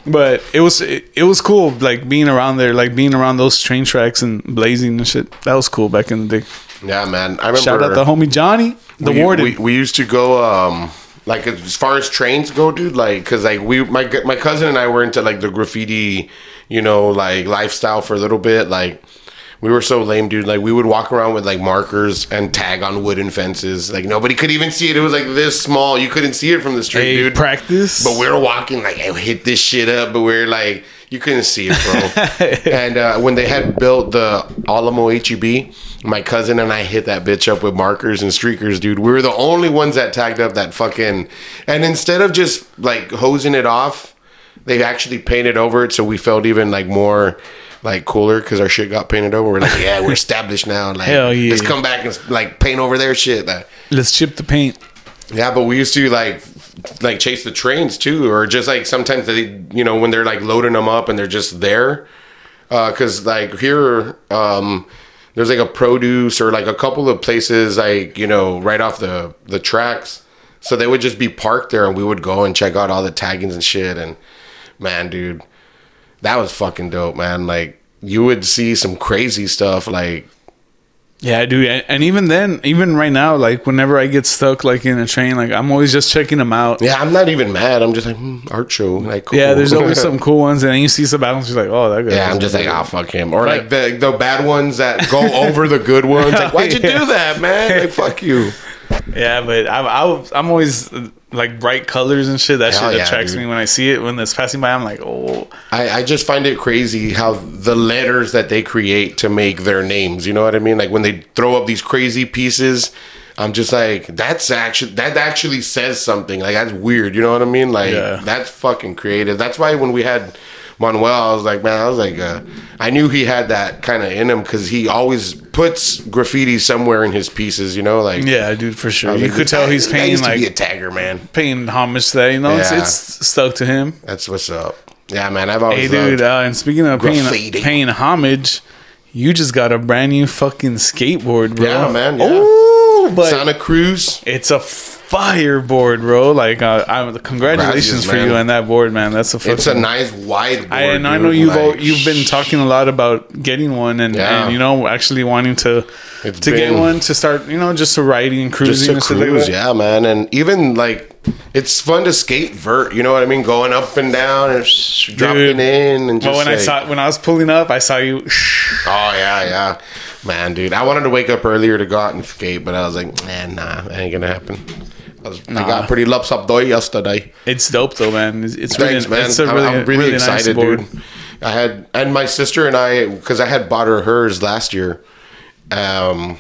Speaker 2: But it was it, it was cool, like being around there, like being around those train tracks and blazing and shit. That was cool back in the day.
Speaker 3: Yeah, man. I remember.
Speaker 2: Shout out the homie Johnny, the
Speaker 3: we,
Speaker 2: warden.
Speaker 3: We, we used to go um like as far as trains go, dude. Like because like we my g- my cousin and I were into like the graffiti, you know, like lifestyle for a little bit. Like we We were so lame, dude. Like we would walk around with like markers and tag on wooden fences. Like nobody could even see it. It was like this small. You couldn't see it from the street,
Speaker 2: Hey,
Speaker 3: dude.
Speaker 2: practice.
Speaker 3: But we were walking like, "Hey, hit this shit up," but we are like, you couldn't see it, bro. and uh, when they had built the Alamo HEB, my cousin and I hit that bitch up with markers and streakers, dude. We were the only ones that tagged up that fucking. And instead of just like hosing it off, they actually painted over it, so we felt even like more. Like cooler because our shit got painted over. We're like, yeah, we're established now. Like,
Speaker 2: Hell yeah.
Speaker 3: let's come back and like paint over their shit. Like,
Speaker 2: Let's chip the paint.
Speaker 3: yeah, but we used to like f- like chase the trains too, or just like sometimes they you know when they're like loading them up and they're just there, because like here um, there's like a produce or like a couple of places like you know right off the the tracks, so they would just be parked there and we would go and check out all the taggings and shit and man, dude, that was fucking dope, man. Like you would see some crazy stuff like
Speaker 2: Yeah, dude, and, and even then, even right now, like whenever I get stuck, like in a train, like I'm always just checking them out.
Speaker 3: yeah, I'm not even mad. I'm just like hmm, art show like
Speaker 2: Yeah, there's
Speaker 3: cool.
Speaker 2: always some cool ones, and then you see some bad ones, you're like, oh, that guy.
Speaker 3: Yeah, I'm just like, oh fuck him, or like the the bad ones that go over the good ones. Like, why'd you
Speaker 2: Yeah.
Speaker 3: do that, man? Like, fuck you.
Speaker 2: Yeah, but I, I, I'm always uh, like bright colors and shit. That
Speaker 3: Hell
Speaker 2: shit
Speaker 3: yeah,
Speaker 2: attracts
Speaker 3: dude.
Speaker 2: me when I see it. When it's passing by, I'm like, oh,
Speaker 3: I, I just find it crazy how the letters that they create to make their names. You know what I mean? Like when they throw up these crazy pieces, I'm just like, that's actually that actually says something. Like that's weird. You know what I mean? Like
Speaker 2: Yeah.
Speaker 3: that's fucking creative. That's why when we had Manuel, I was like, man, I was like, uh, I knew he had that kind of in him because he always puts graffiti somewhere in his pieces. You know, like
Speaker 2: yeah, dude, for sure.
Speaker 3: I was
Speaker 2: You
Speaker 3: like,
Speaker 2: could tell
Speaker 3: "That-
Speaker 2: he's
Speaker 3: that
Speaker 2: paying
Speaker 3: used to be a
Speaker 2: like
Speaker 3: tagger, man.
Speaker 2: paying homage to that. You know, it's,
Speaker 3: Yeah.
Speaker 2: it's stuck to him.
Speaker 3: That's what's up. Yeah, man. I've
Speaker 2: Hey,
Speaker 3: always
Speaker 2: dude,
Speaker 3: loved-
Speaker 2: uh, and speaking of paying,
Speaker 3: Graffiti.
Speaker 2: paying homage, you just got a brand new fucking skateboard, bro.
Speaker 3: yeah, man. Yeah.
Speaker 2: Ooh, but
Speaker 3: Santa Cruz.
Speaker 2: it's a fireboard, bro. Like, uh, I'm congratulations
Speaker 3: Congrats,
Speaker 2: for
Speaker 3: man.
Speaker 2: you on that board, man. That's a fucking,
Speaker 3: It's a nice wide. Board,
Speaker 2: I, and I
Speaker 3: dude,
Speaker 2: know you've
Speaker 3: like,
Speaker 2: al- you've been talking a lot about getting one and,
Speaker 3: Yeah.
Speaker 2: and you know actually wanting to
Speaker 3: It's
Speaker 2: to get
Speaker 3: been-
Speaker 2: one to start you know just to riding and cruising
Speaker 3: just to
Speaker 2: and stuff like
Speaker 3: cruise,
Speaker 2: that.
Speaker 3: yeah, man. And even like, it's fun to skate vert. You know what I mean? Going up and down and sh- dropping in and just.
Speaker 2: But when I
Speaker 3: like-
Speaker 2: saw when I was pulling up, I saw you.
Speaker 3: Oh yeah, yeah, man, dude. I wanted to wake up earlier to go out and skate, but I was like, man, nah, that ain't gonna happen. I, was, I got pretty lopsided yesterday.
Speaker 2: It's dope though, man. It's, it's
Speaker 3: Thanks,
Speaker 2: really,
Speaker 3: man.
Speaker 2: It's a
Speaker 3: I'm-
Speaker 2: really,
Speaker 3: I'm, really,
Speaker 2: really
Speaker 3: excited,
Speaker 2: nice board.
Speaker 3: dude. I had and my sister and I because I had bought her hers last year, um,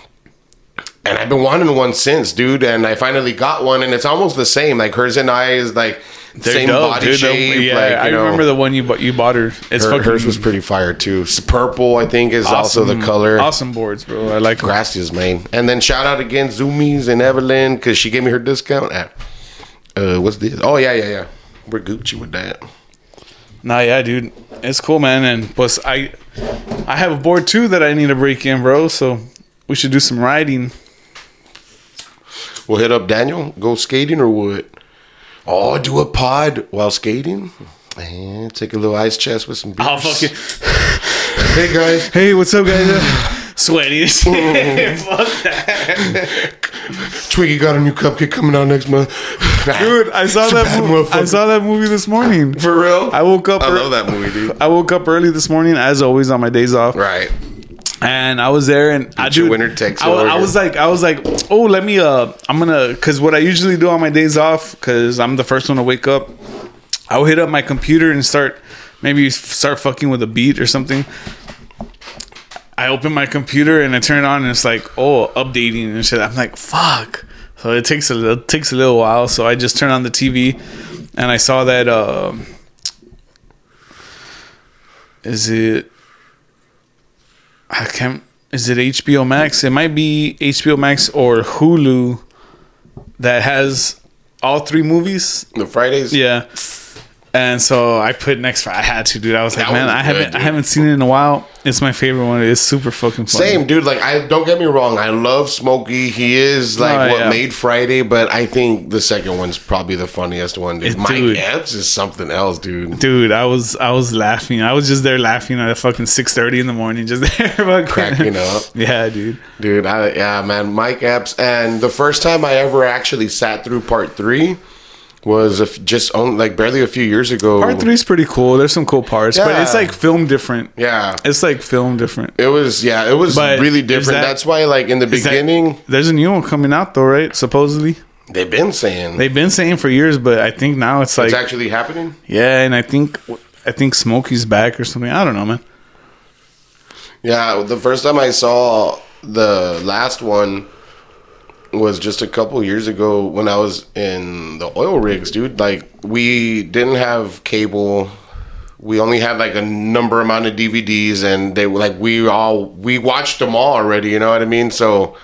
Speaker 3: and I've been wanting one since, dude. And I finally got one, and it's almost the same. Like hers and I is like
Speaker 2: They're
Speaker 3: same
Speaker 2: dope,
Speaker 3: body
Speaker 2: dude. They're-
Speaker 3: shape.
Speaker 2: yeah,
Speaker 3: like, you
Speaker 2: I
Speaker 3: know,
Speaker 2: remember the one you bought. You bought her. It's
Speaker 3: her,
Speaker 2: fucking
Speaker 3: hers was pretty fire too. S- Purple, I think, is also the
Speaker 2: awesome-
Speaker 3: color.
Speaker 2: Awesome boards, bro. I like. 'em.
Speaker 3: Gracias, man. And then shout out again, Zoomies and Evelyn, because she gave me her discount at. Uh, what's this? Oh yeah, yeah, yeah. We're Gucci with that.
Speaker 2: Nah, yeah, dude. It's cool, man. And plus, I I have a board too that I need to break in, bro. So we should do some riding.
Speaker 3: We'll hit up Daniel, go skating or what? Oh, do a pod while skating? And take a little ice chest with some beers.
Speaker 2: I'll fucking.
Speaker 3: Hey guys.
Speaker 2: Hey, what's up, guys? Sweaty. as shit. Fuck that,
Speaker 3: Twiggy got a new cupcake coming out next month.
Speaker 2: dude. I saw
Speaker 3: It's a
Speaker 2: that.
Speaker 3: bad
Speaker 2: Movie, I
Speaker 3: motherfucker.
Speaker 2: saw that movie this morning.
Speaker 3: For real?
Speaker 2: I woke up.
Speaker 3: I
Speaker 2: ear-
Speaker 3: love that movie, dude.
Speaker 2: I woke up early this morning, as always on my days off.
Speaker 3: Right.
Speaker 2: and I was there, and I
Speaker 3: Get your
Speaker 2: do.
Speaker 3: winter takes
Speaker 2: I, wa- I
Speaker 3: over.
Speaker 2: was like, I was like, oh, let me. Uh, I'm gonna, cause what I usually do on my days off, cause I'm the first one to wake up. I'll hit up my computer and start, maybe f- start fucking with a beat or something. I open my computer and I turn it on, and it's like, oh, updating and shit. I'm like, fuck. So it takes a little, takes a little while. So I just turn on the TV, and I saw that. um is it? I can't. Is it HBO Max? It might be HBO Max or Hulu that has all three movies.
Speaker 3: The Fridays.
Speaker 2: Yeah. And so I put next. Fri- I had to, dude. I was like,
Speaker 3: That
Speaker 2: man,
Speaker 3: one's
Speaker 2: I
Speaker 3: good,
Speaker 2: haven't, I
Speaker 3: dude.
Speaker 2: haven't seen it in a while. It's my favorite one. It's super fucking funny.
Speaker 3: Same, dude. Like, I don't get me wrong. I love Smokey. He is like
Speaker 2: Oh,
Speaker 3: what
Speaker 2: yeah.
Speaker 3: made Friday, but I think the second one's probably the funniest one. Dude.
Speaker 2: It-
Speaker 3: Mike
Speaker 2: dude.
Speaker 3: Epps is something else, dude.
Speaker 2: Dude, I was I was laughing. I was just there laughing at fucking six thirty in the morning, just there fucking-
Speaker 3: Cracking up.
Speaker 2: Yeah, dude.
Speaker 3: Dude, I, yeah, man, Mike Epps. And the first time I ever actually sat through part three was if just on, like barely a few years ago.
Speaker 2: Part three's pretty cool. There's some cool parts, but it's
Speaker 3: Yeah.
Speaker 2: like film different.
Speaker 3: Yeah.
Speaker 2: It's like film different.
Speaker 3: It was yeah, it was
Speaker 2: But
Speaker 3: really
Speaker 2: is
Speaker 3: different.
Speaker 2: that-
Speaker 3: That's why like in the
Speaker 2: Is that-
Speaker 3: beginning
Speaker 2: there's a new one coming out though, right? Supposedly,
Speaker 3: they've been saying
Speaker 2: they've been saying for years, but I think now it's like
Speaker 3: it's actually happening.
Speaker 2: yeah, and I think I think Smokey's back or something. I don't know, man.
Speaker 3: Yeah, the first time I saw the last one was just a couple years ago when I was in the oil rigs, dude. Like we didn't have cable. We only had like a number amount of DVDs and they were like we all we watched them all already, you know what I mean? So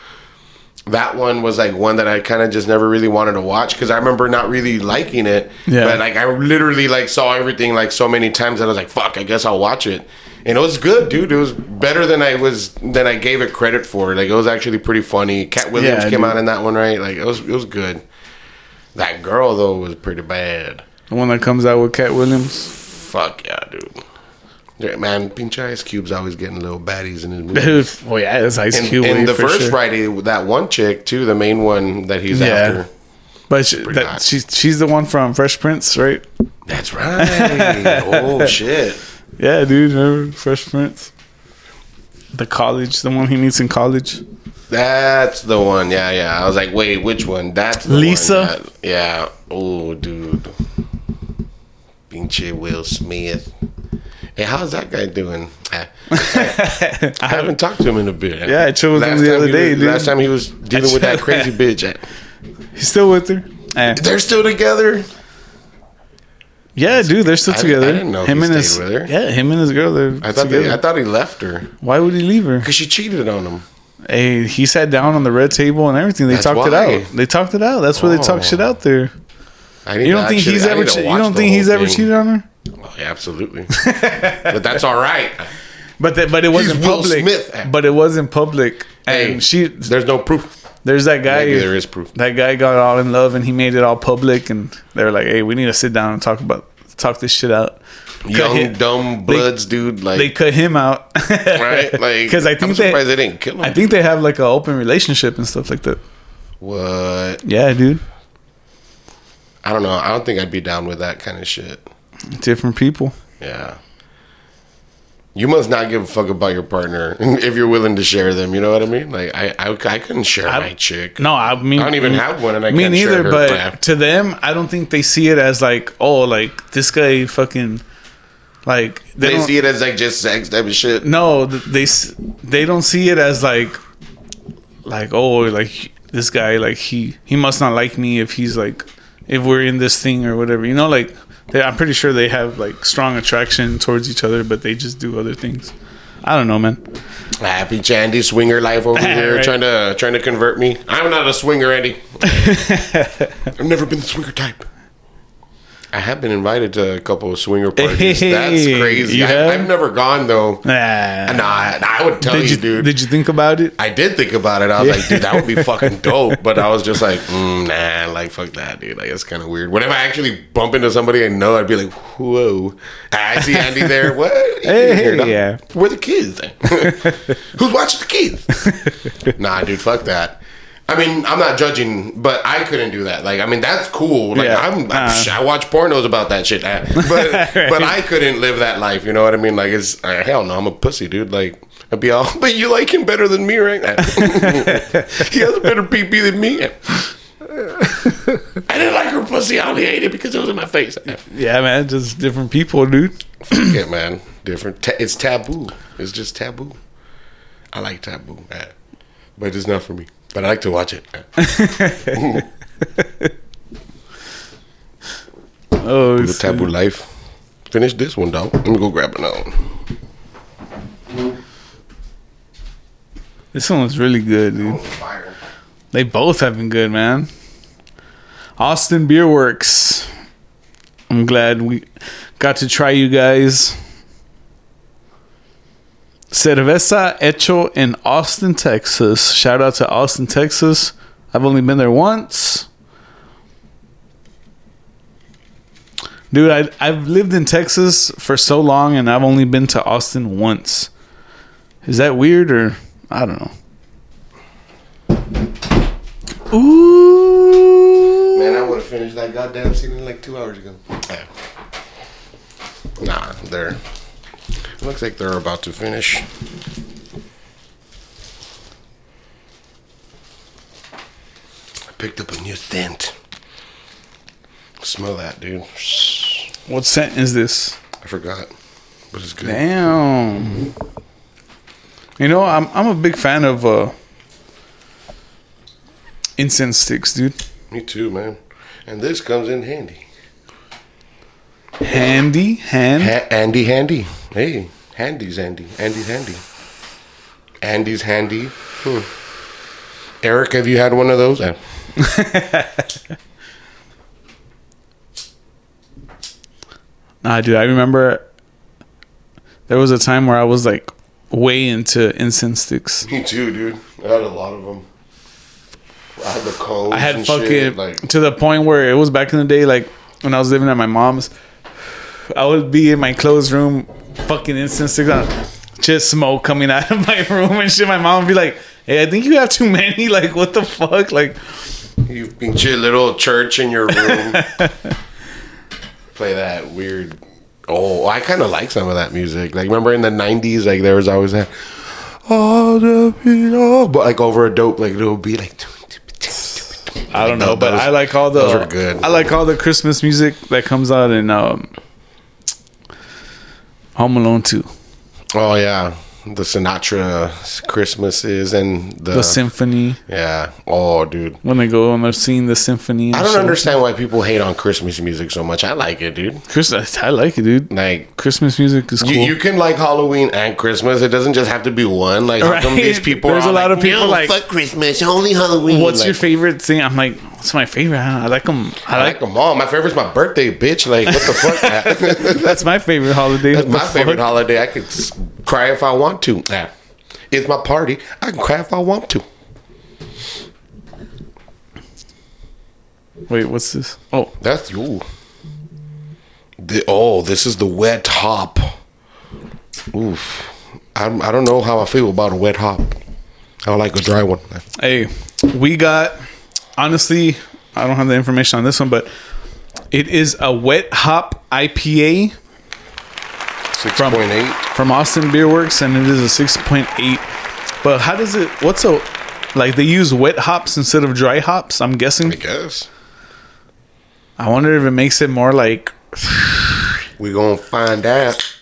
Speaker 3: that one was like one that I kind of just never really wanted to watch because I remember not really liking it.
Speaker 2: Yeah.
Speaker 3: But like I literally like saw everything like so many times that I was like, fuck, I guess I'll watch it. And it was good, dude. It was better than I was than I gave it credit for. Like it was actually pretty funny. Cat Williams
Speaker 2: Yeah,
Speaker 3: came
Speaker 2: dude.
Speaker 3: out in that one, right? Like it was it was good. That girl though was pretty bad.
Speaker 2: The one that comes out with Cat Williams,
Speaker 3: Fuck yeah, dude. Yeah, Man, pinch ice cube's always getting little baddies in his movies.
Speaker 2: dude. Oh yeah, it's Ice
Speaker 3: And,
Speaker 2: Cube.
Speaker 3: and
Speaker 2: way
Speaker 3: the
Speaker 2: for
Speaker 3: first
Speaker 2: sure.
Speaker 3: Friday, that one chick too, the main one that he's
Speaker 2: Yeah.
Speaker 3: after.
Speaker 2: but she,
Speaker 3: pretty
Speaker 2: that,
Speaker 3: hot.
Speaker 2: she's she's the one from Fresh Prince, right?
Speaker 3: That's right. oh shit.
Speaker 2: Yeah, dude. Remember Fresh Prince? The college, the one he meets in college.
Speaker 3: That's the one. Yeah, yeah. I was like, wait, which one? That's the
Speaker 2: Lisa?
Speaker 3: One. That- yeah. Oh, dude. Pinche Will Smith. Hey, how's that guy doing? I, I haven't talked to him in a bit.
Speaker 2: Yeah, I chilled with him
Speaker 3: Last
Speaker 2: the
Speaker 3: time
Speaker 2: other
Speaker 3: he
Speaker 2: day,
Speaker 3: was-
Speaker 2: dude.
Speaker 3: Last time he was dealing with that crazy bitch. I-
Speaker 2: He's still with her. Eh.
Speaker 3: They're still together.
Speaker 2: Yeah, dude, they're still
Speaker 3: I- I
Speaker 2: together.
Speaker 3: didn't know
Speaker 2: him
Speaker 3: he
Speaker 2: and
Speaker 3: stayed
Speaker 2: his
Speaker 3: with her.
Speaker 2: yeah, him and his girl. They're
Speaker 3: I thought
Speaker 2: together.
Speaker 3: they, I thought he left her
Speaker 2: Why would he leave her?
Speaker 3: because she cheated on him.
Speaker 2: Hey, he sat down on the red table and everything. They
Speaker 3: That's
Speaker 2: talked it
Speaker 3: why.
Speaker 2: out. They talked it out. That's where they talk
Speaker 3: Oh.
Speaker 2: shit out there.
Speaker 3: I need
Speaker 2: You
Speaker 3: to
Speaker 2: don't think
Speaker 3: actually-
Speaker 2: he's
Speaker 3: I
Speaker 2: ever?
Speaker 3: need to
Speaker 2: Che- you
Speaker 3: watch
Speaker 2: don't
Speaker 3: the
Speaker 2: think
Speaker 3: whole
Speaker 2: he's ever
Speaker 3: thing.
Speaker 2: cheated on her?
Speaker 3: Oh, yeah, absolutely. but that's all right.
Speaker 2: But that, but it wasn't
Speaker 3: Will
Speaker 2: public.
Speaker 3: Smith. eh?
Speaker 2: But it wasn't public.
Speaker 3: Hey,
Speaker 2: and she,
Speaker 3: There's no proof.
Speaker 2: there's that guy.
Speaker 3: Maybe there is proof.
Speaker 2: That guy got all in love and he made it all public. And they were like, "Hey, we need to sit down and talk about talk this shit out." Cut
Speaker 3: Young
Speaker 2: him-
Speaker 3: dumb
Speaker 2: They-
Speaker 3: bloods, dude. Like
Speaker 2: They cut him out,
Speaker 3: right? Like,
Speaker 2: 'Cause I think
Speaker 3: I'm
Speaker 2: they-
Speaker 3: surprised they, didn't kill him.
Speaker 2: I think they have like an open relationship and stuff like that.
Speaker 3: what?
Speaker 2: Yeah, dude.
Speaker 3: I don't know. I don't think I'd be down with that kind of shit.
Speaker 2: Different people.
Speaker 3: Yeah. You must not give a fuck about your partner if you're willing to share them. You know what I mean? Like, I I, I couldn't share my chick.
Speaker 2: No, I mean,
Speaker 3: I don't even have one and I
Speaker 2: me
Speaker 3: can't share
Speaker 2: neither.
Speaker 3: her,
Speaker 2: but
Speaker 3: but-
Speaker 2: to them, I don't think they see it as like, oh, like this guy fucking, like they,
Speaker 3: They
Speaker 2: don't,
Speaker 3: see it as like just sex type of shit.
Speaker 2: no, th- they s- they don't see it as like, like oh, like this guy, like he he must not like me if he's like if we're in this thing or whatever. You know, like they, I'm pretty sure they have like strong attraction towards each other, but they just do other things. I don't know, man.
Speaker 3: Happy Chandy swinger life over here,
Speaker 2: Right.
Speaker 3: trying to trying to convert me. I'm not a swinger, Andy. I've never been the swinger type. I have been invited to a couple of swinger parties. That's
Speaker 2: Hey,
Speaker 3: crazy.
Speaker 2: you
Speaker 3: I,
Speaker 2: have?
Speaker 3: I've never gone though.
Speaker 2: Nah.
Speaker 3: Nah, I I would tell
Speaker 2: Did
Speaker 3: you,
Speaker 2: you
Speaker 3: dude.
Speaker 2: did you think about it?
Speaker 3: I did think about it. I was like, dude, that would be fucking dope. But I was just like, mm, nah, like fuck that, dude. Like that's kind of weird. Whenever I actually bump into somebody I know, I'd be like, whoa. I see Andy there. What?
Speaker 2: Hey,
Speaker 3: Here, no.
Speaker 2: yeah.
Speaker 3: Where the kids? Who's watching the kids? nah, dude, fuck that. I mean, I'm not judging, but I couldn't do that. Like, I mean, that's cool. Like,
Speaker 2: Yeah.
Speaker 3: I'm,
Speaker 2: Uh.
Speaker 3: psh, I watch pornos about that shit, Uh, but but I couldn't live that life. You know what I mean? Like, it's uh, hell no, I'm a pussy, dude. Like, I'd be all, but you like him better than me, right? he has a better PP than me. I didn't like her pussy. I only ate it because it was in my face.
Speaker 2: Yeah, man, just different people, dude.
Speaker 3: Yeah, man. Different. Ta- it's taboo. It's just taboo. I like taboo, eh, but it's not for me. But I like to watch it. eh.
Speaker 2: Oh,
Speaker 3: The
Speaker 2: it's-
Speaker 3: taboo life. Finish this one, dog. Let me go grab another one.
Speaker 2: this one was really good, dude.
Speaker 3: Fire.
Speaker 2: They both have been good, man. Austin Beer Works. I'm glad we got to try you guys. Cerveza Hecho in Austin, Texas. Shout out to Austin, Texas. I've only been there once. Dude, I, I've lived in Texas for so long and I've only been to Austin once. Is that weird or I don't know? Ooh.
Speaker 3: Man, I would have finished that goddamn scene like two hours ago. Nah, they're. Looks like they're about to finish. I picked up a new scent. Smell that, dude.
Speaker 2: What scent is this?
Speaker 3: I forgot, but it's good.
Speaker 2: Damn. You know, I'm I'm a big fan of uh incense sticks, dude.
Speaker 3: Me too, man. And this comes in handy.
Speaker 2: Handy, hand.
Speaker 3: Ha- Andy Handy. Hey, Handy's Andy. Andy's Handy. Andy's Handy. Hmm. Eric, have you had one of those? Eh.
Speaker 2: Nah, dude, I remember there was a time where I was like way into incense sticks.
Speaker 3: Me too, dude. I had a lot of them. I had the codes.
Speaker 2: I had
Speaker 3: and
Speaker 2: fucking
Speaker 3: shit, like
Speaker 2: to the point where it was back in the day, like when I was living at my mom's, I would be in my closed room, fucking incense sticks on, just smoke coming out of my room and shit. My mom would be like, "Hey, I think you have too many. Like, what the fuck? Like,
Speaker 3: you can your little church in your room. Play that weird. Oh, I kind of like some of that music. Like remember in the '90s, like there was always that. Oh, the people, but like over a dope, like little beat, like.
Speaker 2: I don't know,
Speaker 3: No,
Speaker 2: but
Speaker 3: those-
Speaker 2: I like all the
Speaker 3: those are good.
Speaker 2: I like all the Christmas music that comes out in um, Home Alone Two,
Speaker 3: Oh yeah, the Sinatra Christmases and the,
Speaker 2: the symphony.
Speaker 3: yeah. Oh, dude.
Speaker 2: When they go and they're seeing the symphony, and
Speaker 3: I don't
Speaker 2: shit.
Speaker 3: understand why people hate on Christmas music so much. I like it, dude.
Speaker 2: Christmas, I like it, dude.
Speaker 3: Like
Speaker 2: Christmas music is cool.
Speaker 3: You, you can like Halloween and Christmas. It doesn't just have to be one. Like how come
Speaker 2: Right.
Speaker 3: these people
Speaker 2: There's
Speaker 3: are
Speaker 2: a lot
Speaker 3: like,
Speaker 2: of people
Speaker 3: "No,
Speaker 2: like-
Speaker 3: fuck Christmas, only Halloween.
Speaker 2: What's
Speaker 3: Like,
Speaker 2: your favorite thing? I'm like, what's my favorite? I, don't know. I like them. I,
Speaker 3: I
Speaker 2: like
Speaker 3: like them all. My favorite's my birthday, bitch. Like what the fuck?
Speaker 2: that's my favorite holiday.
Speaker 3: That's
Speaker 2: The
Speaker 3: my
Speaker 2: fuck?
Speaker 3: favorite holiday. I could s- cry if I want to. Nah. It's my party. I can cry if I want to.
Speaker 2: Wait, what's this? Oh,
Speaker 3: That's you. The oh, this is the wet hop. Oof. I'm, I don't know how I feel about a wet hop. I like a dry one.
Speaker 2: hey, we got. Honestly, I don't have the information on this one, but it is a wet hop IPA
Speaker 3: Six point eight.
Speaker 2: from Austin Beer Works, and it is a six point eight. But how does it? What's a like? They use wet hops instead of dry hops. I'm
Speaker 3: I
Speaker 2: guessing.
Speaker 3: guess.
Speaker 2: I wonder if it makes it more like
Speaker 3: We gonna find out.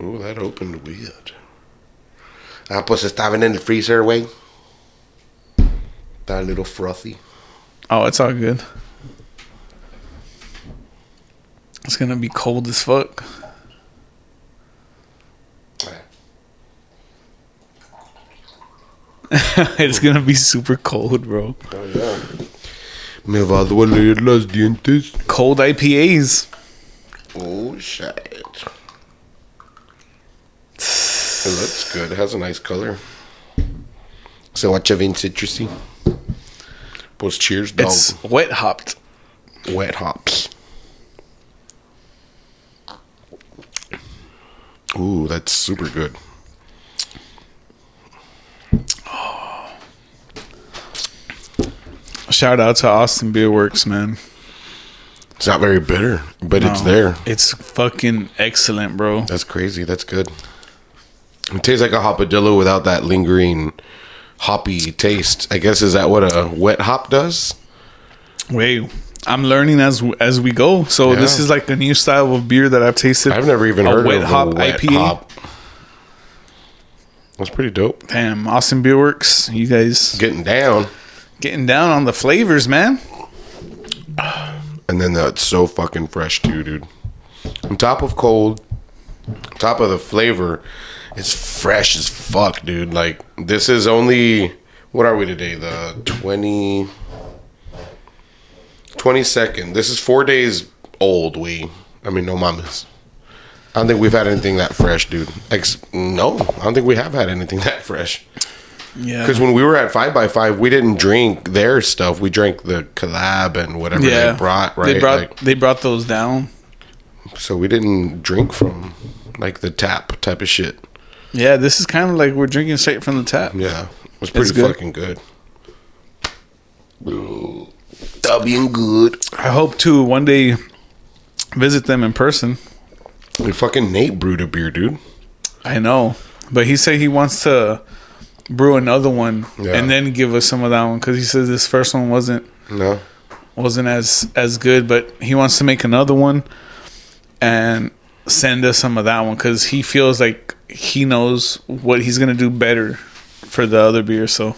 Speaker 3: Oh, that opened weird. Ah, pues estaban in the freezer, way. That little frothy.
Speaker 2: Oh, it's all good. It's gonna be cold as fuck. it's gonna be super cold, bro.
Speaker 3: Me va a doler los dientes.
Speaker 2: Cold IPAs.
Speaker 3: Oh shit. It looks good. It has a nice color. So what you been citrusy? Pues cheers, dog.
Speaker 2: It's wet hopped.
Speaker 3: wet hops. Ooh, that's super good.
Speaker 2: Shout out to Austin Beer Works, man.
Speaker 3: It's not very bitter, but it's
Speaker 2: Oh,
Speaker 3: there.
Speaker 2: It's fucking excellent, bro.
Speaker 3: That's crazy. That's good. It tastes like a hopadillo without that lingering hoppy taste. I guess is that what a wet hop does?
Speaker 2: Wait, I'm learning as as we go. So
Speaker 3: Yeah.
Speaker 2: this is like a new style of beer that I've tasted.
Speaker 3: I've never even
Speaker 2: A
Speaker 3: heard
Speaker 2: wet
Speaker 3: of
Speaker 2: hop
Speaker 3: a wet
Speaker 2: IPA?
Speaker 3: hop. That's pretty dope.
Speaker 2: Damn, Austin Beer Works, you guys
Speaker 3: Getting down,
Speaker 2: getting down on the flavors, man.
Speaker 3: and then that's so fucking fresh too, dude. On top of cold, on top of the flavor, it's fresh as fuck, dude. Like this is only what are we today? The 20 22nd. This is 4 days old, we. I mean, no mamas. I don't think we've had anything that fresh, dude. Ex- no, I don't think we have had anything that fresh.
Speaker 2: Yeah.
Speaker 3: Because when we were at Five by Five, we didn't drink their stuff. We drank the collab and whatever
Speaker 2: yeah.
Speaker 3: they brought, right?
Speaker 2: They brought
Speaker 3: Like,
Speaker 2: they brought those down.
Speaker 3: so we didn't drink from like the tap type of shit.
Speaker 2: Yeah, this is kind of like we're drinking straight from the tap.
Speaker 3: Yeah, it was pretty
Speaker 2: good.
Speaker 3: fucking good. That'd be good.
Speaker 2: I hope to one day visit them in person.
Speaker 3: Dude, fucking Nate brewed a beer, dude.
Speaker 2: I know, but he said he wants to brew another one
Speaker 3: Yeah.
Speaker 2: and then give us some of that one because he says this first one wasn't
Speaker 3: No.
Speaker 2: wasn't as as good, but he wants to make another one and send us some of that one because he feels like he knows what he's gonna do better for the other beer. So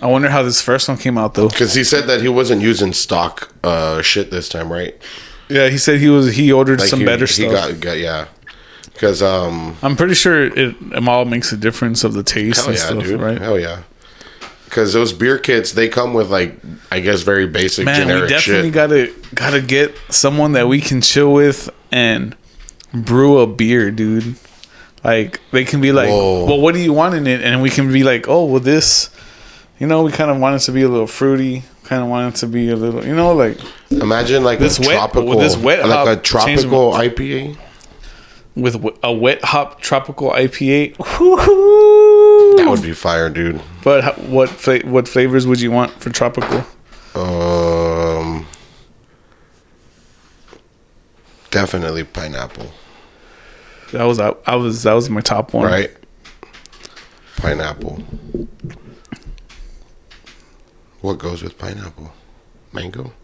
Speaker 2: I wonder how this first one came out though.
Speaker 3: Because he said that he wasn't using stock uh, shit this time, right?
Speaker 2: Yeah, he said he was he ordered
Speaker 3: Like,
Speaker 2: some
Speaker 3: he-
Speaker 2: better
Speaker 3: he
Speaker 2: stuff.
Speaker 3: Got, got, yeah. Because, um,
Speaker 2: I'm pretty sure it, it all makes a difference of the taste
Speaker 3: hell
Speaker 2: and
Speaker 3: yeah,
Speaker 2: stuff,
Speaker 3: dude.
Speaker 2: right?
Speaker 3: Hell yeah. Because those beer kits, they come with, like, I guess very basic
Speaker 2: Man, we
Speaker 3: generic
Speaker 2: definitely
Speaker 3: shit.
Speaker 2: gotta gotta get someone that we can chill with and brew a beer, dude. Like they can be like,
Speaker 3: Whoa.
Speaker 2: well, what do you want in it? And we can be like, oh, well, this. You know, we kind of want it to be a little fruity. Kind of want it to be a little, you know, like
Speaker 3: Imagine, like,
Speaker 2: This
Speaker 3: a
Speaker 2: wet-
Speaker 3: tropical,
Speaker 2: this wet hop
Speaker 3: like a
Speaker 2: changed
Speaker 3: tropical IPA.
Speaker 2: with w- a wet hop tropical IPA.
Speaker 3: That would be fire, dude.
Speaker 2: But ho- what fla- what flavors would you want for tropical?
Speaker 3: Um, definitely pineapple,
Speaker 2: That was I, I was that was my top one.
Speaker 3: right? Pineapple. What goes with pineapple? Mango,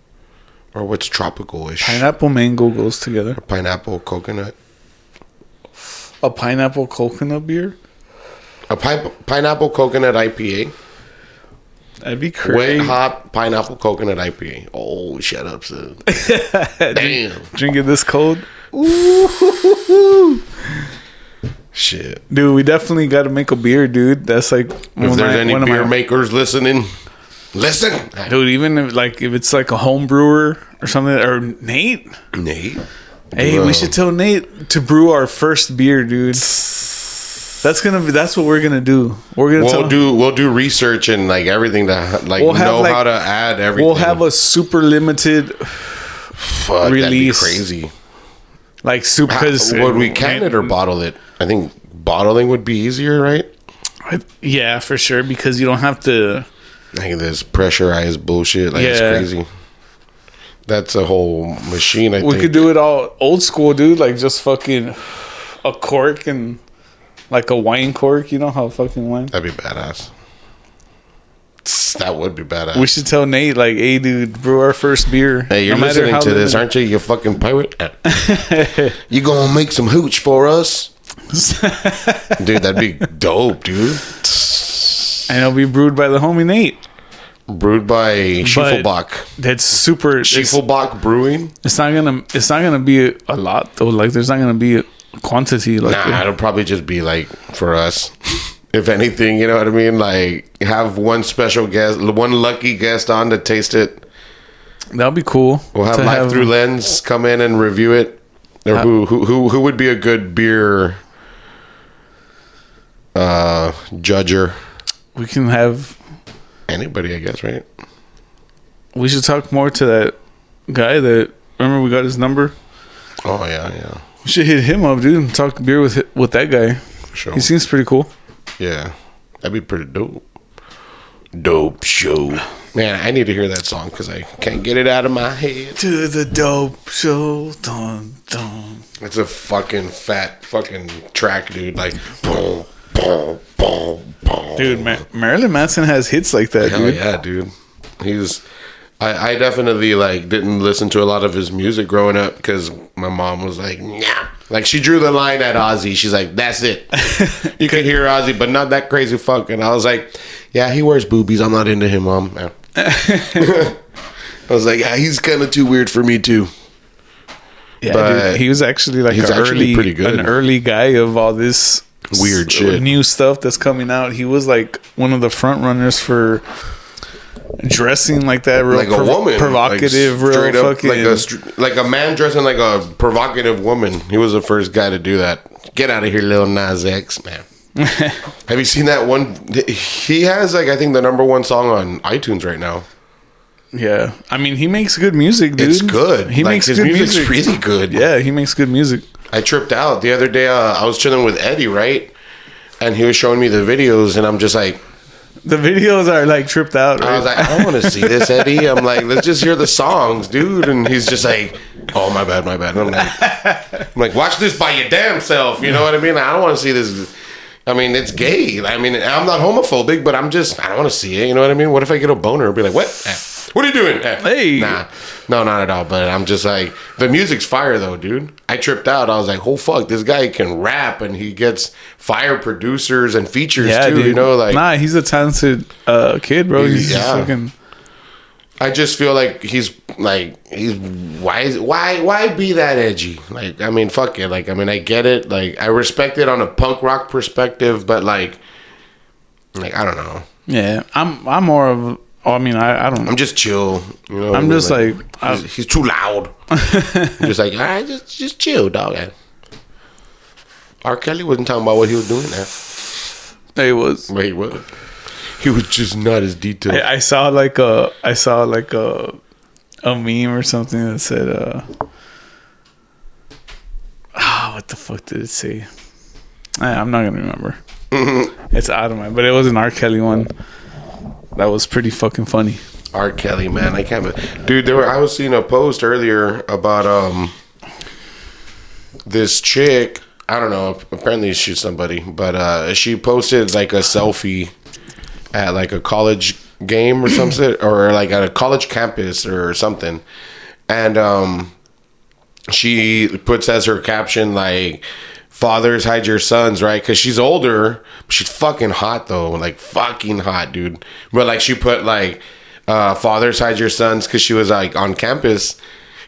Speaker 3: or what's tropical-ish?
Speaker 2: Pineapple mango goes together.
Speaker 3: Pineapple, coconut.
Speaker 2: A pineapple coconut beer.
Speaker 3: A pi- pineapple coconut IPA.
Speaker 2: That'd be
Speaker 3: Wet
Speaker 2: crazy.
Speaker 3: hop pineapple coconut IPA. Oh, shut up, son. Damn.
Speaker 2: Drink it this cold.
Speaker 3: Shit.
Speaker 2: Dude, we definitely got to make a beer, dude. That's like one
Speaker 3: If
Speaker 2: of
Speaker 3: there's
Speaker 2: my-
Speaker 3: any
Speaker 2: one of
Speaker 3: beer
Speaker 2: my-
Speaker 3: makers listening, listen.
Speaker 2: dude. Even if, like if it's like a home brewer or something, or Nate.
Speaker 3: Nate.
Speaker 2: Hey,
Speaker 3: Bro.
Speaker 2: we should tell Nate to brew our first beer, dude. That's gonna be. That's what we're gonna do. We're gonna
Speaker 3: We'll
Speaker 2: tell,
Speaker 3: do we'll do research and like everything that like
Speaker 2: We'll have,
Speaker 3: know
Speaker 2: like-
Speaker 3: how to add everything.
Speaker 2: We'll have a super limited,
Speaker 3: Fuck,
Speaker 2: release.
Speaker 3: That'd be crazy.
Speaker 2: like super. Cause
Speaker 3: Uh, Would we can it or bottle it? I think bottling would be easier, right?
Speaker 2: Yeah, for sure. Because you don't have to.
Speaker 3: Like this pressurized bullshit, like it's
Speaker 2: Yeah.
Speaker 3: crazy. That's a whole machine. I
Speaker 2: We
Speaker 3: think.
Speaker 2: could do it all old school, dude. Like just fucking a cork and like a wine cork. You know how fucking wine.
Speaker 3: That'd be badass. Tss, That would be badass.
Speaker 2: We should tell Nate, like, hey, dude, brew our first beer.
Speaker 3: Hey, you're
Speaker 2: No matter
Speaker 3: listening
Speaker 2: how
Speaker 3: to this,
Speaker 2: limited-
Speaker 3: aren't you? You fucking pirate. you gonna make some hooch for us, dude? That'd be dope, dude.
Speaker 2: And it'll be brewed by the homie Nate.
Speaker 3: Brewed by Schiefelbach.
Speaker 2: That's super. It's,
Speaker 3: Schiefelbach Brewing?
Speaker 2: it's not gonna. It's not gonna be a, a lot though. Like, there's not gonna be a quantity. Like,
Speaker 3: Nah, it'll probably just be like for us. If anything, you know what I mean? Like have one special guest, one lucky guest on to taste it.
Speaker 2: that'll be cool.
Speaker 3: We'll have
Speaker 2: to
Speaker 3: Life Through Lens come in and review it. Or who, who who who would be a good beer uh judger?
Speaker 2: We can have.
Speaker 3: Anybody, I guess, right?
Speaker 2: We should talk more to that guy that. Remember, we got his number.
Speaker 3: Oh yeah, yeah.
Speaker 2: We should hit him up, dude, and talk beer with hi- with that guy.
Speaker 3: For sure.
Speaker 2: He seems pretty cool.
Speaker 3: Yeah. That'd be pretty dope. Dope show. Man, I need to hear that song because I can't get it out of my head.
Speaker 2: To the dope show, dun dun.
Speaker 3: It's a fucking fat fucking track, dude. Like, boom, boom, boom, boom.
Speaker 2: Dude, Ma- Marilyn Manson has hits like that,
Speaker 3: Hell
Speaker 2: dude.
Speaker 3: yeah, dude. He's. I, I definitely like didn't listen to a lot of his music growing up because my mom was like, nah. Like she drew the line at Ozzy. She's like, that's it. you can hear Ozzy, but not that crazy fuck. And I was like, yeah, he wears boobies. I'm not into him, mom. Yeah. I was like, yeah, he's kind of too weird for me too.
Speaker 2: Yeah,
Speaker 3: But
Speaker 2: dude, he was actually like
Speaker 3: he's
Speaker 2: an
Speaker 3: actually
Speaker 2: early,
Speaker 3: pretty good.
Speaker 2: an early guy of all this
Speaker 3: Weird
Speaker 2: s-
Speaker 3: shit.
Speaker 2: new stuff that's coming out. He was like one of the front runners for dressing like that, real
Speaker 3: like a
Speaker 2: provo-
Speaker 3: woman,
Speaker 2: provocative,
Speaker 3: like
Speaker 2: real fucking.
Speaker 3: like a str- like a man dressing like a provocative woman. He was the first guy to do that. Get out of here, little Nas X, man. Have you seen that one? He has like I think the number one song on iTunes right now.
Speaker 2: yeah, I mean, he makes good music, dude.
Speaker 3: It's good.
Speaker 2: He makes
Speaker 3: his
Speaker 2: good
Speaker 3: music's
Speaker 2: music.
Speaker 3: really good.
Speaker 2: yeah, he makes good music.
Speaker 3: I tripped out the other day. Uh, I was chilling with Eddie, right? And he was showing me the videos, and I'm just like,
Speaker 2: The videos are like tripped out.
Speaker 3: I
Speaker 2: Right?
Speaker 3: was like, I don't want to see this, Eddie. I'm like, let's just hear the songs, dude. And he's just like, oh my bad, my bad. And I'm like, I'm like, watch this by your damn self. You know what I mean? I don't want to see this. I mean, it's gay. I mean, I'm not homophobic, but I'm just, I don't want to see it. You know what I mean? What if I get a boner and be like, what? Eh, What are you doing? Eh,
Speaker 2: Hey.
Speaker 3: Nah, no, not at all. But I'm just like, the music's fire though, dude. I tripped out. I was like, oh fuck, this guy can rap and he gets fire producers and features
Speaker 2: yeah,
Speaker 3: too.
Speaker 2: dude.
Speaker 3: You know, like
Speaker 2: nah, he's a talented uh, kid, bro. He's just
Speaker 3: Yeah.
Speaker 2: fucking.
Speaker 3: I just feel like he's like he's why is why why be that edgy? Like I mean, fuck it. Like I mean, I get it. Like I respect it on a punk rock perspective, but like, like I don't know.
Speaker 2: Yeah, I'm. I'm more of. Oh, I mean, I. I don't. know.
Speaker 3: I'm just chill. You know, what I
Speaker 2: I'm
Speaker 3: mean?
Speaker 2: just like,
Speaker 3: he's,
Speaker 2: I-
Speaker 3: he's too loud. I'm just like all right, just just chill, dog. R. Kelly wasn't talking about what he was doing there.
Speaker 2: It was.
Speaker 3: Wait, what? He was just not as detailed.
Speaker 2: I, I saw like a I saw like a a meme or something that said uh ah what the fuck did it say? I, I'm not gonna remember. it's out of my but it was an R. Kelly one. That was pretty fucking funny.
Speaker 3: R. Kelly, man, I can't. Believe. Dude, there were, I was seeing a post earlier about um this chick. I don't know. Apparently, she's somebody, but uh, she posted like a selfie at like a college game or something, or like at a college campus or something, and um, she puts as her caption like. Fathers hide your sons, right? Because she's older. But she's fucking hot though, like fucking hot, dude. But like she put like uh, fathers hide your sons because she was like on campus,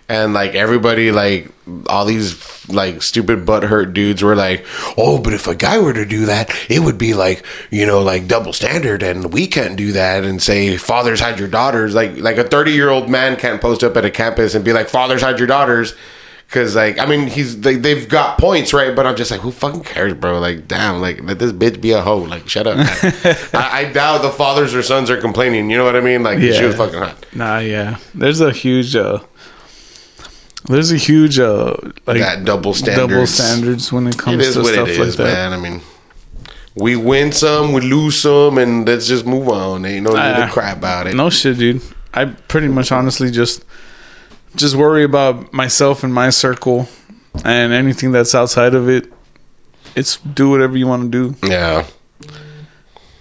Speaker 3: and like everybody, like all these like stupid butthurt dudes were like, oh, but if a guy were to do that, it would be like you know like double standard, and we can't do that and say fathers hide your daughters. Like like a thirty year old man can't post up at a campus and be like fathers hide your daughters. Cause like I mean he's they, they've got points right, but I'm just like who fucking cares, bro? Like damn, like let this bitch be a hoe. Like shut up. I, I doubt the fathers or sons are complaining. You know what I mean? Like she was
Speaker 2: Yeah.
Speaker 3: fucking hot.
Speaker 2: Nah, yeah. There's a huge uh there's a huge uh like
Speaker 3: That double standards.
Speaker 2: double standards when it
Speaker 3: It
Speaker 2: comes
Speaker 3: is
Speaker 2: to
Speaker 3: what
Speaker 2: stuff
Speaker 3: it
Speaker 2: like
Speaker 3: is,
Speaker 2: that.
Speaker 3: man. I mean, we win some, we lose some, and let's just move on. Ain't no need
Speaker 2: Uh,
Speaker 3: to cry about it.
Speaker 2: No shit, dude. I pretty much honestly just just worry about myself and my circle and anything that's outside of it. It's do whatever you want to do.
Speaker 3: Yeah.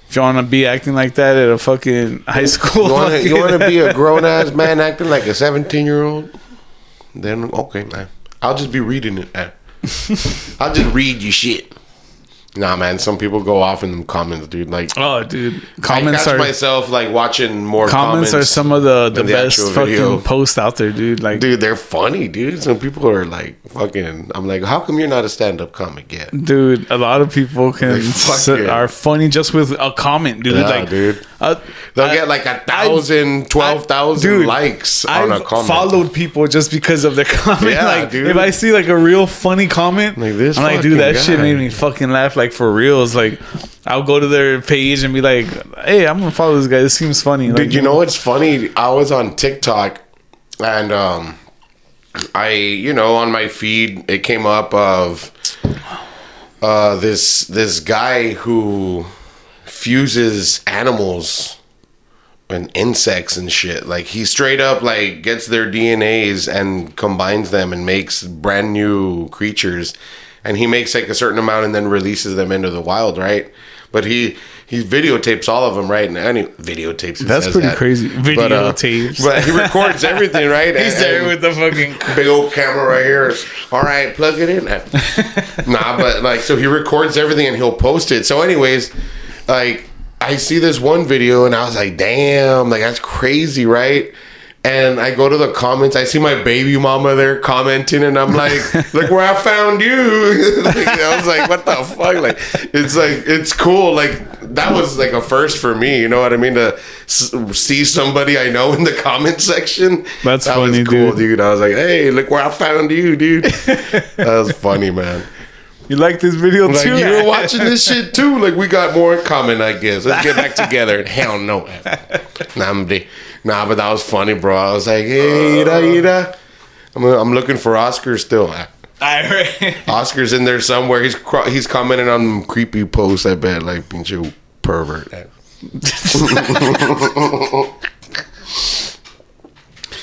Speaker 2: If you want to be acting like that at a fucking high school,
Speaker 3: You want to
Speaker 2: fucking-
Speaker 3: you want to be a grown ass man acting like a 17 year old? Then okay, man. I'll just be reading it. Man. I'll just read your shit. Nah, man. Some people go off in them comments, dude. Like
Speaker 2: oh, dude.
Speaker 3: I
Speaker 2: Comments
Speaker 3: catch
Speaker 2: are
Speaker 3: myself like watching more
Speaker 2: comments
Speaker 3: comments.
Speaker 2: are some of the the,
Speaker 3: than the
Speaker 2: best
Speaker 3: actual
Speaker 2: fucking
Speaker 3: video.
Speaker 2: posts out there, dude. Like, dude,
Speaker 3: Dude, they're funny, dude. Some people are like fucking. I'm like, how come you're not a stand up comic yet?
Speaker 2: a lot of people can
Speaker 3: Like, fuck
Speaker 2: s-
Speaker 3: yeah.
Speaker 2: are funny just with a comment, dude.
Speaker 3: Yeah,
Speaker 2: like,
Speaker 3: dude.
Speaker 2: uh,
Speaker 3: They'll
Speaker 2: I-
Speaker 3: get like a thousand, twelve thousand
Speaker 2: Dude,
Speaker 3: likes
Speaker 2: I've
Speaker 3: on a comment.
Speaker 2: followed people just because of their comment.
Speaker 3: Yeah,
Speaker 2: like
Speaker 3: dude.
Speaker 2: if I see like a real funny comment,
Speaker 3: Like, this
Speaker 2: I'm like, dude, that
Speaker 3: fucking
Speaker 2: shit
Speaker 3: guy.
Speaker 2: made me fucking laugh. Like for reals, like I'll go to their page and be like, hey, I'm gonna follow this guy. This seems funny. Like,
Speaker 3: Dude, you know what's funny? I was on TikTok and um I, you know, on my feed it came up of uh this this guy who fuses animals and insects and shit. Like he straight up like gets their DNAs and combines them and makes brand new creatures. And he makes like a certain amount and then releases them into the wild, right? But he he videotapes all of them, right? And any videotapes. it
Speaker 2: That's
Speaker 3: says
Speaker 2: pretty
Speaker 3: that.
Speaker 2: crazy.
Speaker 3: But, uh,
Speaker 2: Videotapes.
Speaker 3: But, he records everything, right?
Speaker 2: He's
Speaker 3: And-
Speaker 2: there
Speaker 3: and-
Speaker 2: with the fucking.
Speaker 3: big old camera right here. All right, plug it in. nah, but like, so he records everything and he'll post it. So, anyways, like, I see this one video and I was like, damn, like, that's crazy, right? And I go to the comments. I see my baby mama there commenting, and I'm like, "Look where I found you!" Like, I was like, "What the fuck?" Like, it's like it's cool. Like that was like a first for me. You know what I mean? To s- see somebody I know in the comment section.
Speaker 2: That's
Speaker 3: that
Speaker 2: funny,
Speaker 3: was cool,
Speaker 2: dude.
Speaker 3: dude dude. I was like, hey, look where I found you, dude. that was funny, man.
Speaker 2: You like this video
Speaker 3: Like,
Speaker 2: too?
Speaker 3: you were watching this shit too. Like, we got more in common, I guess. Let's get back together. Hell no. Nah, I'm de- nah, but that was funny, bro. I was like, hey,
Speaker 2: Uh.
Speaker 3: ira, ira. I'm, I'm looking for Oscar still.
Speaker 2: I heard.
Speaker 3: Oscar's in there somewhere. He's cro- he's commenting on creepy posts, I bet, like, being you pervert.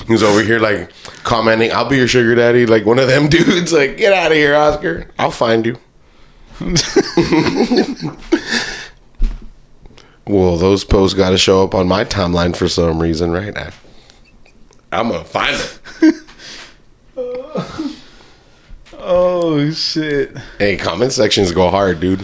Speaker 3: He's over here like commenting, "I'll be your sugar daddy." Like one of them dudes, like, "Get out of here, Oscar! I'll find you." well, those posts got to show up on my timeline for some reason, right? I, I'm gonna find it.
Speaker 2: Oh shit.
Speaker 3: Hey, comment sections go hard, dude.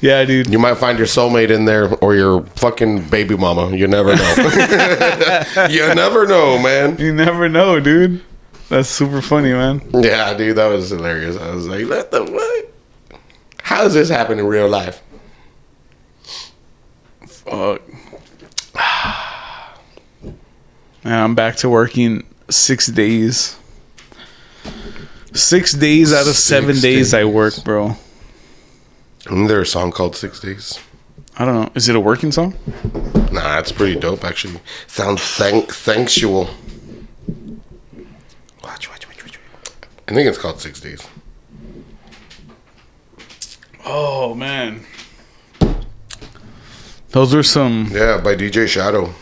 Speaker 2: Yeah, dude.
Speaker 3: You might find your soulmate in there or your fucking baby mama. You never know. you never know, man.
Speaker 2: You never know, dude. That's super funny, man.
Speaker 3: Yeah, dude, that was hilarious. I was like, what the what? How does this happen in real life?
Speaker 2: Fuck. And I'm back to working six days. Six days out of seven
Speaker 3: Six
Speaker 2: days, I work, bro.
Speaker 3: Isn't there a song called Six Days?
Speaker 2: I don't know. Is it a working song?
Speaker 3: Nah, that's pretty dope, actually. Sounds thank- thanksual. Watch, watch, watch, watch, watch. I think it's called Six Days.
Speaker 2: Oh man. Those are some
Speaker 3: Yeah, by DJ Shadow.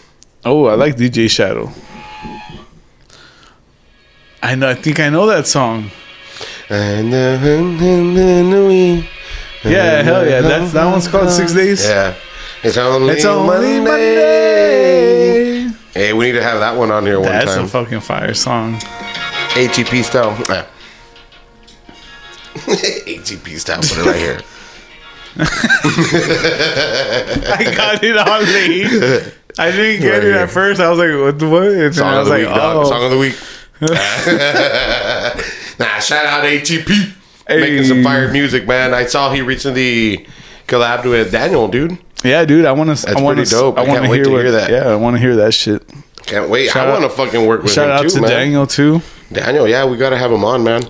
Speaker 2: Oh, I like DJ Shadow. I know I think I know that song.
Speaker 3: And uh,
Speaker 2: Yeah, hell yeah. That's that one's called Six Days.
Speaker 3: Yeah. It's only,
Speaker 2: It's only
Speaker 3: Monday.
Speaker 2: Monday.
Speaker 3: Hey, we need to have that one on here one
Speaker 2: That's
Speaker 3: time.
Speaker 2: a fucking fire song.
Speaker 3: ATP style. Ah. ATP style. Put it right here.
Speaker 2: I got it on late. I didn't get it at first. I was like, what? the- what? And
Speaker 3: Song
Speaker 2: I
Speaker 3: of
Speaker 2: was
Speaker 3: the
Speaker 2: like,
Speaker 3: week, dog. Song
Speaker 2: oh,
Speaker 3: of the week. nah, shout out ATP. Making
Speaker 2: Hey.
Speaker 3: some fire music, man. I saw he recently collabed with Daniel, dude.
Speaker 2: yeah, dude. I want to. I
Speaker 3: That's
Speaker 2: want
Speaker 3: pretty dope.
Speaker 2: I
Speaker 3: I
Speaker 2: want to
Speaker 3: can't wait
Speaker 2: hear,
Speaker 3: to
Speaker 2: what-
Speaker 3: hear that.
Speaker 2: Yeah, I want to hear that shit.
Speaker 3: Can't wait.
Speaker 2: Shout
Speaker 3: I
Speaker 2: out-
Speaker 3: want to fucking work with
Speaker 2: Shout
Speaker 3: him
Speaker 2: out
Speaker 3: too,
Speaker 2: to
Speaker 3: man.
Speaker 2: Daniel too.
Speaker 3: Daniel, yeah, we got to have him on, man.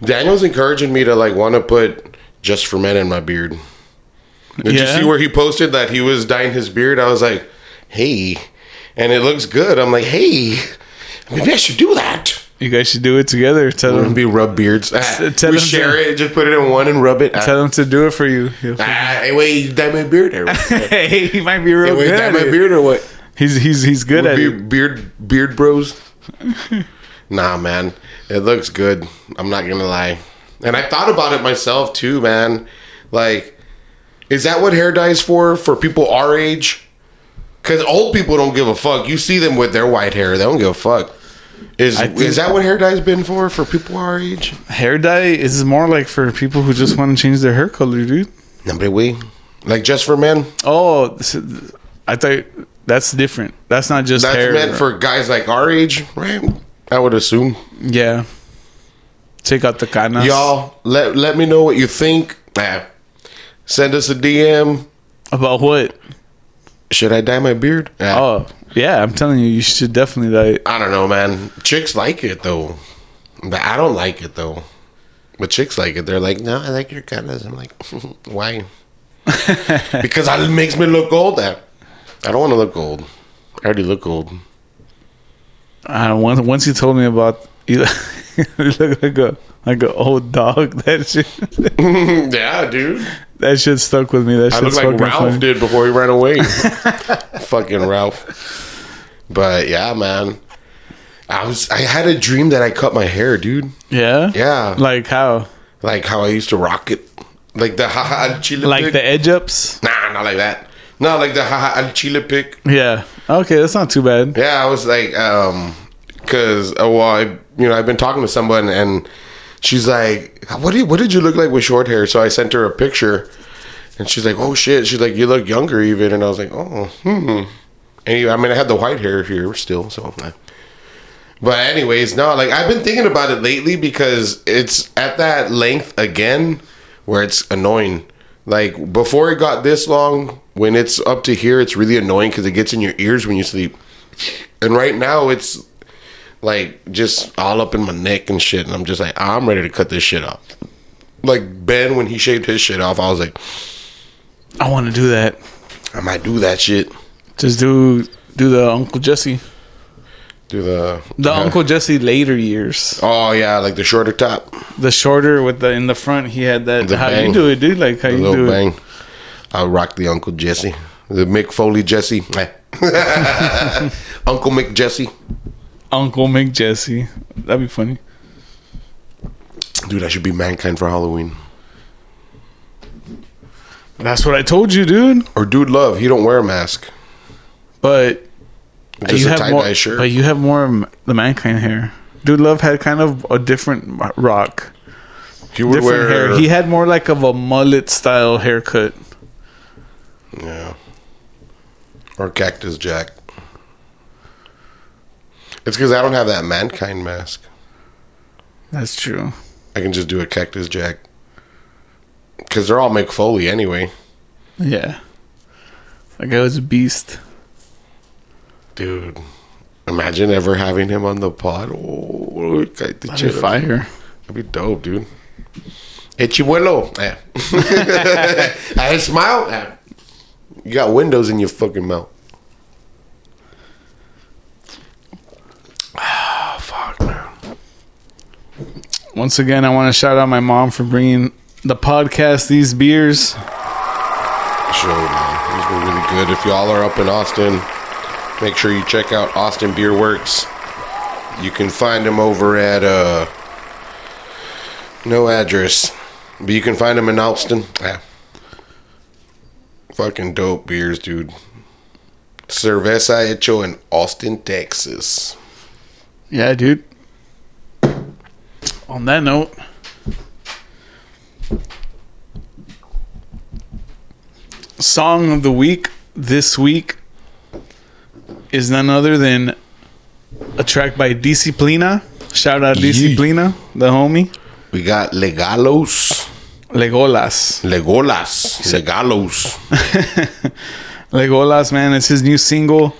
Speaker 3: Daniel's encouraging me to like want to put just for men in my beard. Did
Speaker 2: Yeah.
Speaker 3: you see where he posted that he was dyeing his beard? I was like, hey, and it looks good. I'm like, hey, maybe I should do that.
Speaker 2: You guys should do it together. Tell
Speaker 3: It'd
Speaker 2: him.
Speaker 3: be rub beards. Ah,
Speaker 2: tell
Speaker 3: we
Speaker 2: him
Speaker 3: share
Speaker 2: to-
Speaker 3: it, just put it in one and rub it. Ah,
Speaker 2: Tell him to do it for you. He'll-
Speaker 3: ah, hey, wait, you dye my beard? Or what? Hey,
Speaker 2: hey, he might be real
Speaker 3: wait,
Speaker 2: Oh, good.
Speaker 3: dye
Speaker 2: at
Speaker 3: my
Speaker 2: it.
Speaker 3: beard or what?
Speaker 2: He's he's he's good at
Speaker 3: Be-
Speaker 2: it.
Speaker 3: beard beard bros. nah, man, it looks good. I'm not gonna lie, and I thought about it myself too, man. Like, is that what hair dye is for? For people our age? Because old people don't give a fuck. You see them with their white hair; they don't give a fuck. Is
Speaker 2: think-
Speaker 3: is that what hair dye's been for? For people our age?
Speaker 2: Hair dye is more like for people who just want to change their hair color, dude.
Speaker 3: Nobody we like just for men.
Speaker 2: Oh, this is- I thought that's different. That's not just
Speaker 3: That's
Speaker 2: hair.
Speaker 3: meant for guys like our age, right? I would assume.
Speaker 2: Yeah. Take out the canas.
Speaker 3: y'all let let me know what you think Nah. send us a dm
Speaker 2: About what?
Speaker 3: should i dye my beard Nah.
Speaker 2: Oh, yeah. I'm telling you, you should definitely like.
Speaker 3: i don't know man chicks like it though but i don't like it though but chicks like it they're like no i like your colors i'm like why because it makes me look old i don't want to look old i already look old
Speaker 2: I don't, once once you told me about you, look like a like an old dog. That shit
Speaker 3: yeah dude
Speaker 2: that shit stuck with me. That
Speaker 3: I
Speaker 2: shit
Speaker 3: look like Ralph did before he ran away. Fucking Ralph. But yeah, man. I was I had a dream that I cut my hair, dude.
Speaker 2: Yeah.
Speaker 3: Yeah. Like,
Speaker 2: Like how?
Speaker 3: how I used to rock it. Like the haha al chile
Speaker 2: Like
Speaker 3: pic.
Speaker 2: the edge ups?
Speaker 3: Nah, not like that. No, like the haha al chile pic.
Speaker 2: Yeah. Okay, that's not too bad.
Speaker 3: Yeah, I was like, um, cause uh, well, I, you know, I've been talking to someone and she's like, "What did what did you look like with short hair?" So I sent her a picture, and she's like, "Oh shit!" She's like, "You look younger even," and I was like, "Oh, hmm." Anyway, I mean, I had the white hair here still, so. I, but anyways, no, like I've been thinking about it lately because it's at that length again where it's annoying. Like before it got this long, when it's up to here, it's really annoying because it gets in your ears when you sleep. And right now, it's like just all up in my neck and shit. And I'm just like, I'm ready to cut this shit off. Like Ben, when he shaved his shit off, I was like,
Speaker 2: I want to do that.
Speaker 3: I might do that shit.
Speaker 2: Just do do the Uncle Jesse.
Speaker 3: Do the
Speaker 2: The
Speaker 3: Yeah.
Speaker 2: Uncle Jesse later years.
Speaker 3: Oh yeah, like the shorter top,
Speaker 2: The shorter with the in the front, he had that.
Speaker 3: The
Speaker 2: how
Speaker 3: bang.
Speaker 2: you do it, dude? Like how
Speaker 3: the
Speaker 2: you
Speaker 3: little
Speaker 2: do it?
Speaker 3: bang. I rock the Uncle Jesse. The Mick Foley Jesse. Uncle Mick Jesse.
Speaker 2: Uncle Mick Jesse. That'd be funny.
Speaker 3: Dude, I should be mankind for Halloween.
Speaker 2: That's what I told you, dude.
Speaker 3: Or dude love. He don't wear a mask.
Speaker 2: But
Speaker 3: Just
Speaker 2: you
Speaker 3: a
Speaker 2: have
Speaker 3: tie
Speaker 2: more.
Speaker 3: dye shirt.
Speaker 2: But you have more of m- the mankind hair. Dude, Love had kind of a different m- rock,
Speaker 3: he would
Speaker 2: different
Speaker 3: wear
Speaker 2: hair. He had more like of a mullet style haircut.
Speaker 3: Yeah. Or Cactus Jack. It's because I don't have that mankind mask.
Speaker 2: That's true.
Speaker 3: I can just do a Cactus Jack. Because they're all Mick Foley anyway.
Speaker 2: Yeah, that guy was a beast.
Speaker 3: Dude. Imagine ever having him on the pod. Oh, I'd
Speaker 2: Shit, fire.
Speaker 3: That'd be dope, dude. Hey, Chibuelo. Eh. I smile. Eh. You got windows in your fucking mouth. Ah, fuck, man.
Speaker 2: Once again, I want to shout out my mom for bringing the podcast these beers.
Speaker 3: show, man. These were really good. If y'all are up in Austin, make sure you check out Austin Beer Works. You can find them over at uh no address, but you can find them in Austin. Yeah. Fucking dope beers, dude. Cerveza hecho in Austin, Texas.
Speaker 2: Yeah, dude. On that note, song of the week this week is none other than a track by Disciplina. Shout out Disciplina, the homie.
Speaker 3: We got Legalos,
Speaker 2: Legolas.
Speaker 3: Legolas, Legalos.
Speaker 2: Legolas, man, it's his new single.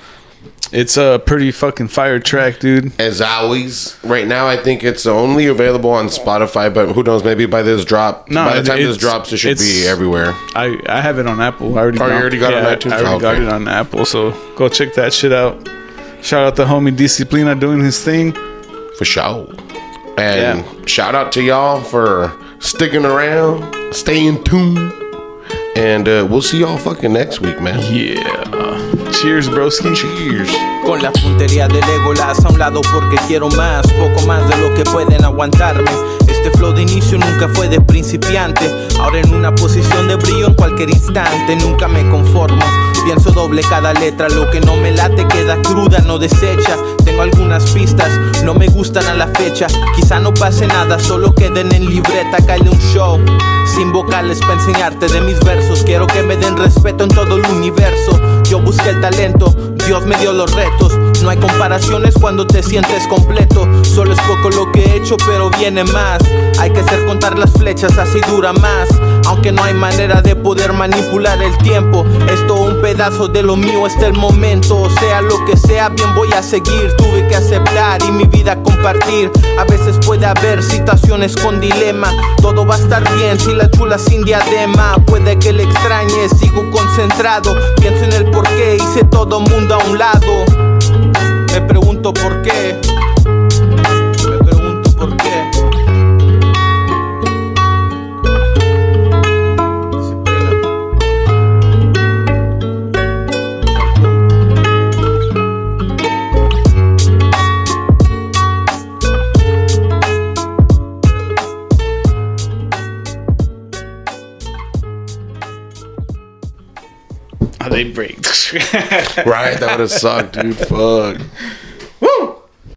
Speaker 2: It's a pretty fucking fire track, dude.
Speaker 3: as always, right now I think it's only available on Spotify, but who knows? Maybe by this drop,
Speaker 2: No,
Speaker 3: by the time this
Speaker 2: it's-
Speaker 3: drops, it should
Speaker 2: it's-
Speaker 3: be everywhere.
Speaker 2: I, I have it on Apple. I already
Speaker 3: Oh, you already got it on
Speaker 2: I-
Speaker 3: iTunes?
Speaker 2: I already
Speaker 3: Oh,
Speaker 2: got
Speaker 3: okay.
Speaker 2: it on Apple. So go check that shit out. Shout out the homie Disciplina doing his thing.
Speaker 3: for sure. And shout out to y'all for sticking around, staying tuned, and uh, we'll see y'all fucking next week, man.
Speaker 2: Yeah. Cheers, broski.
Speaker 3: Cheers.
Speaker 7: Con la puntería de Legolas a un lado porque quiero más, poco más de lo que pueden aguantarme. Este flow de inicio nunca fue de principiante, ahora en una posición de brillo en cualquier instante, nunca me conformo. Pienso doble cada letra, lo que no me late queda cruda, no desecha. Tengo algunas pistas, no me gustan a la fecha. Quizá no pase nada, solo queden en libreta, cae un show. Sin vocales para enseñarte de mis versos, quiero que me den respeto en todo el universo. Yo busqué el talento, Dios me dio los retos. No hay comparaciones cuando te sientes completo. Solo es poco lo que he hecho, pero viene más. Hay que hacer contar las flechas, así dura más. Aunque no hay manera de poder manipular el tiempo. Esto un pedazo de lo mío, este el momento. Sea lo que sea, bien voy a seguir. Tuve que aceptar y mi vida compartir. A veces puede haber situaciones con dilema. Todo va a estar bien si la chula sin diadema. Puede que le extrañe, sigo concentrado. Pienso en el por qué hice todo mundo a un lado. Me pregunto por qué. Me pregunto por qué. Disciplina.
Speaker 2: They break.
Speaker 3: Right, that would have sucked, dude. Fuck.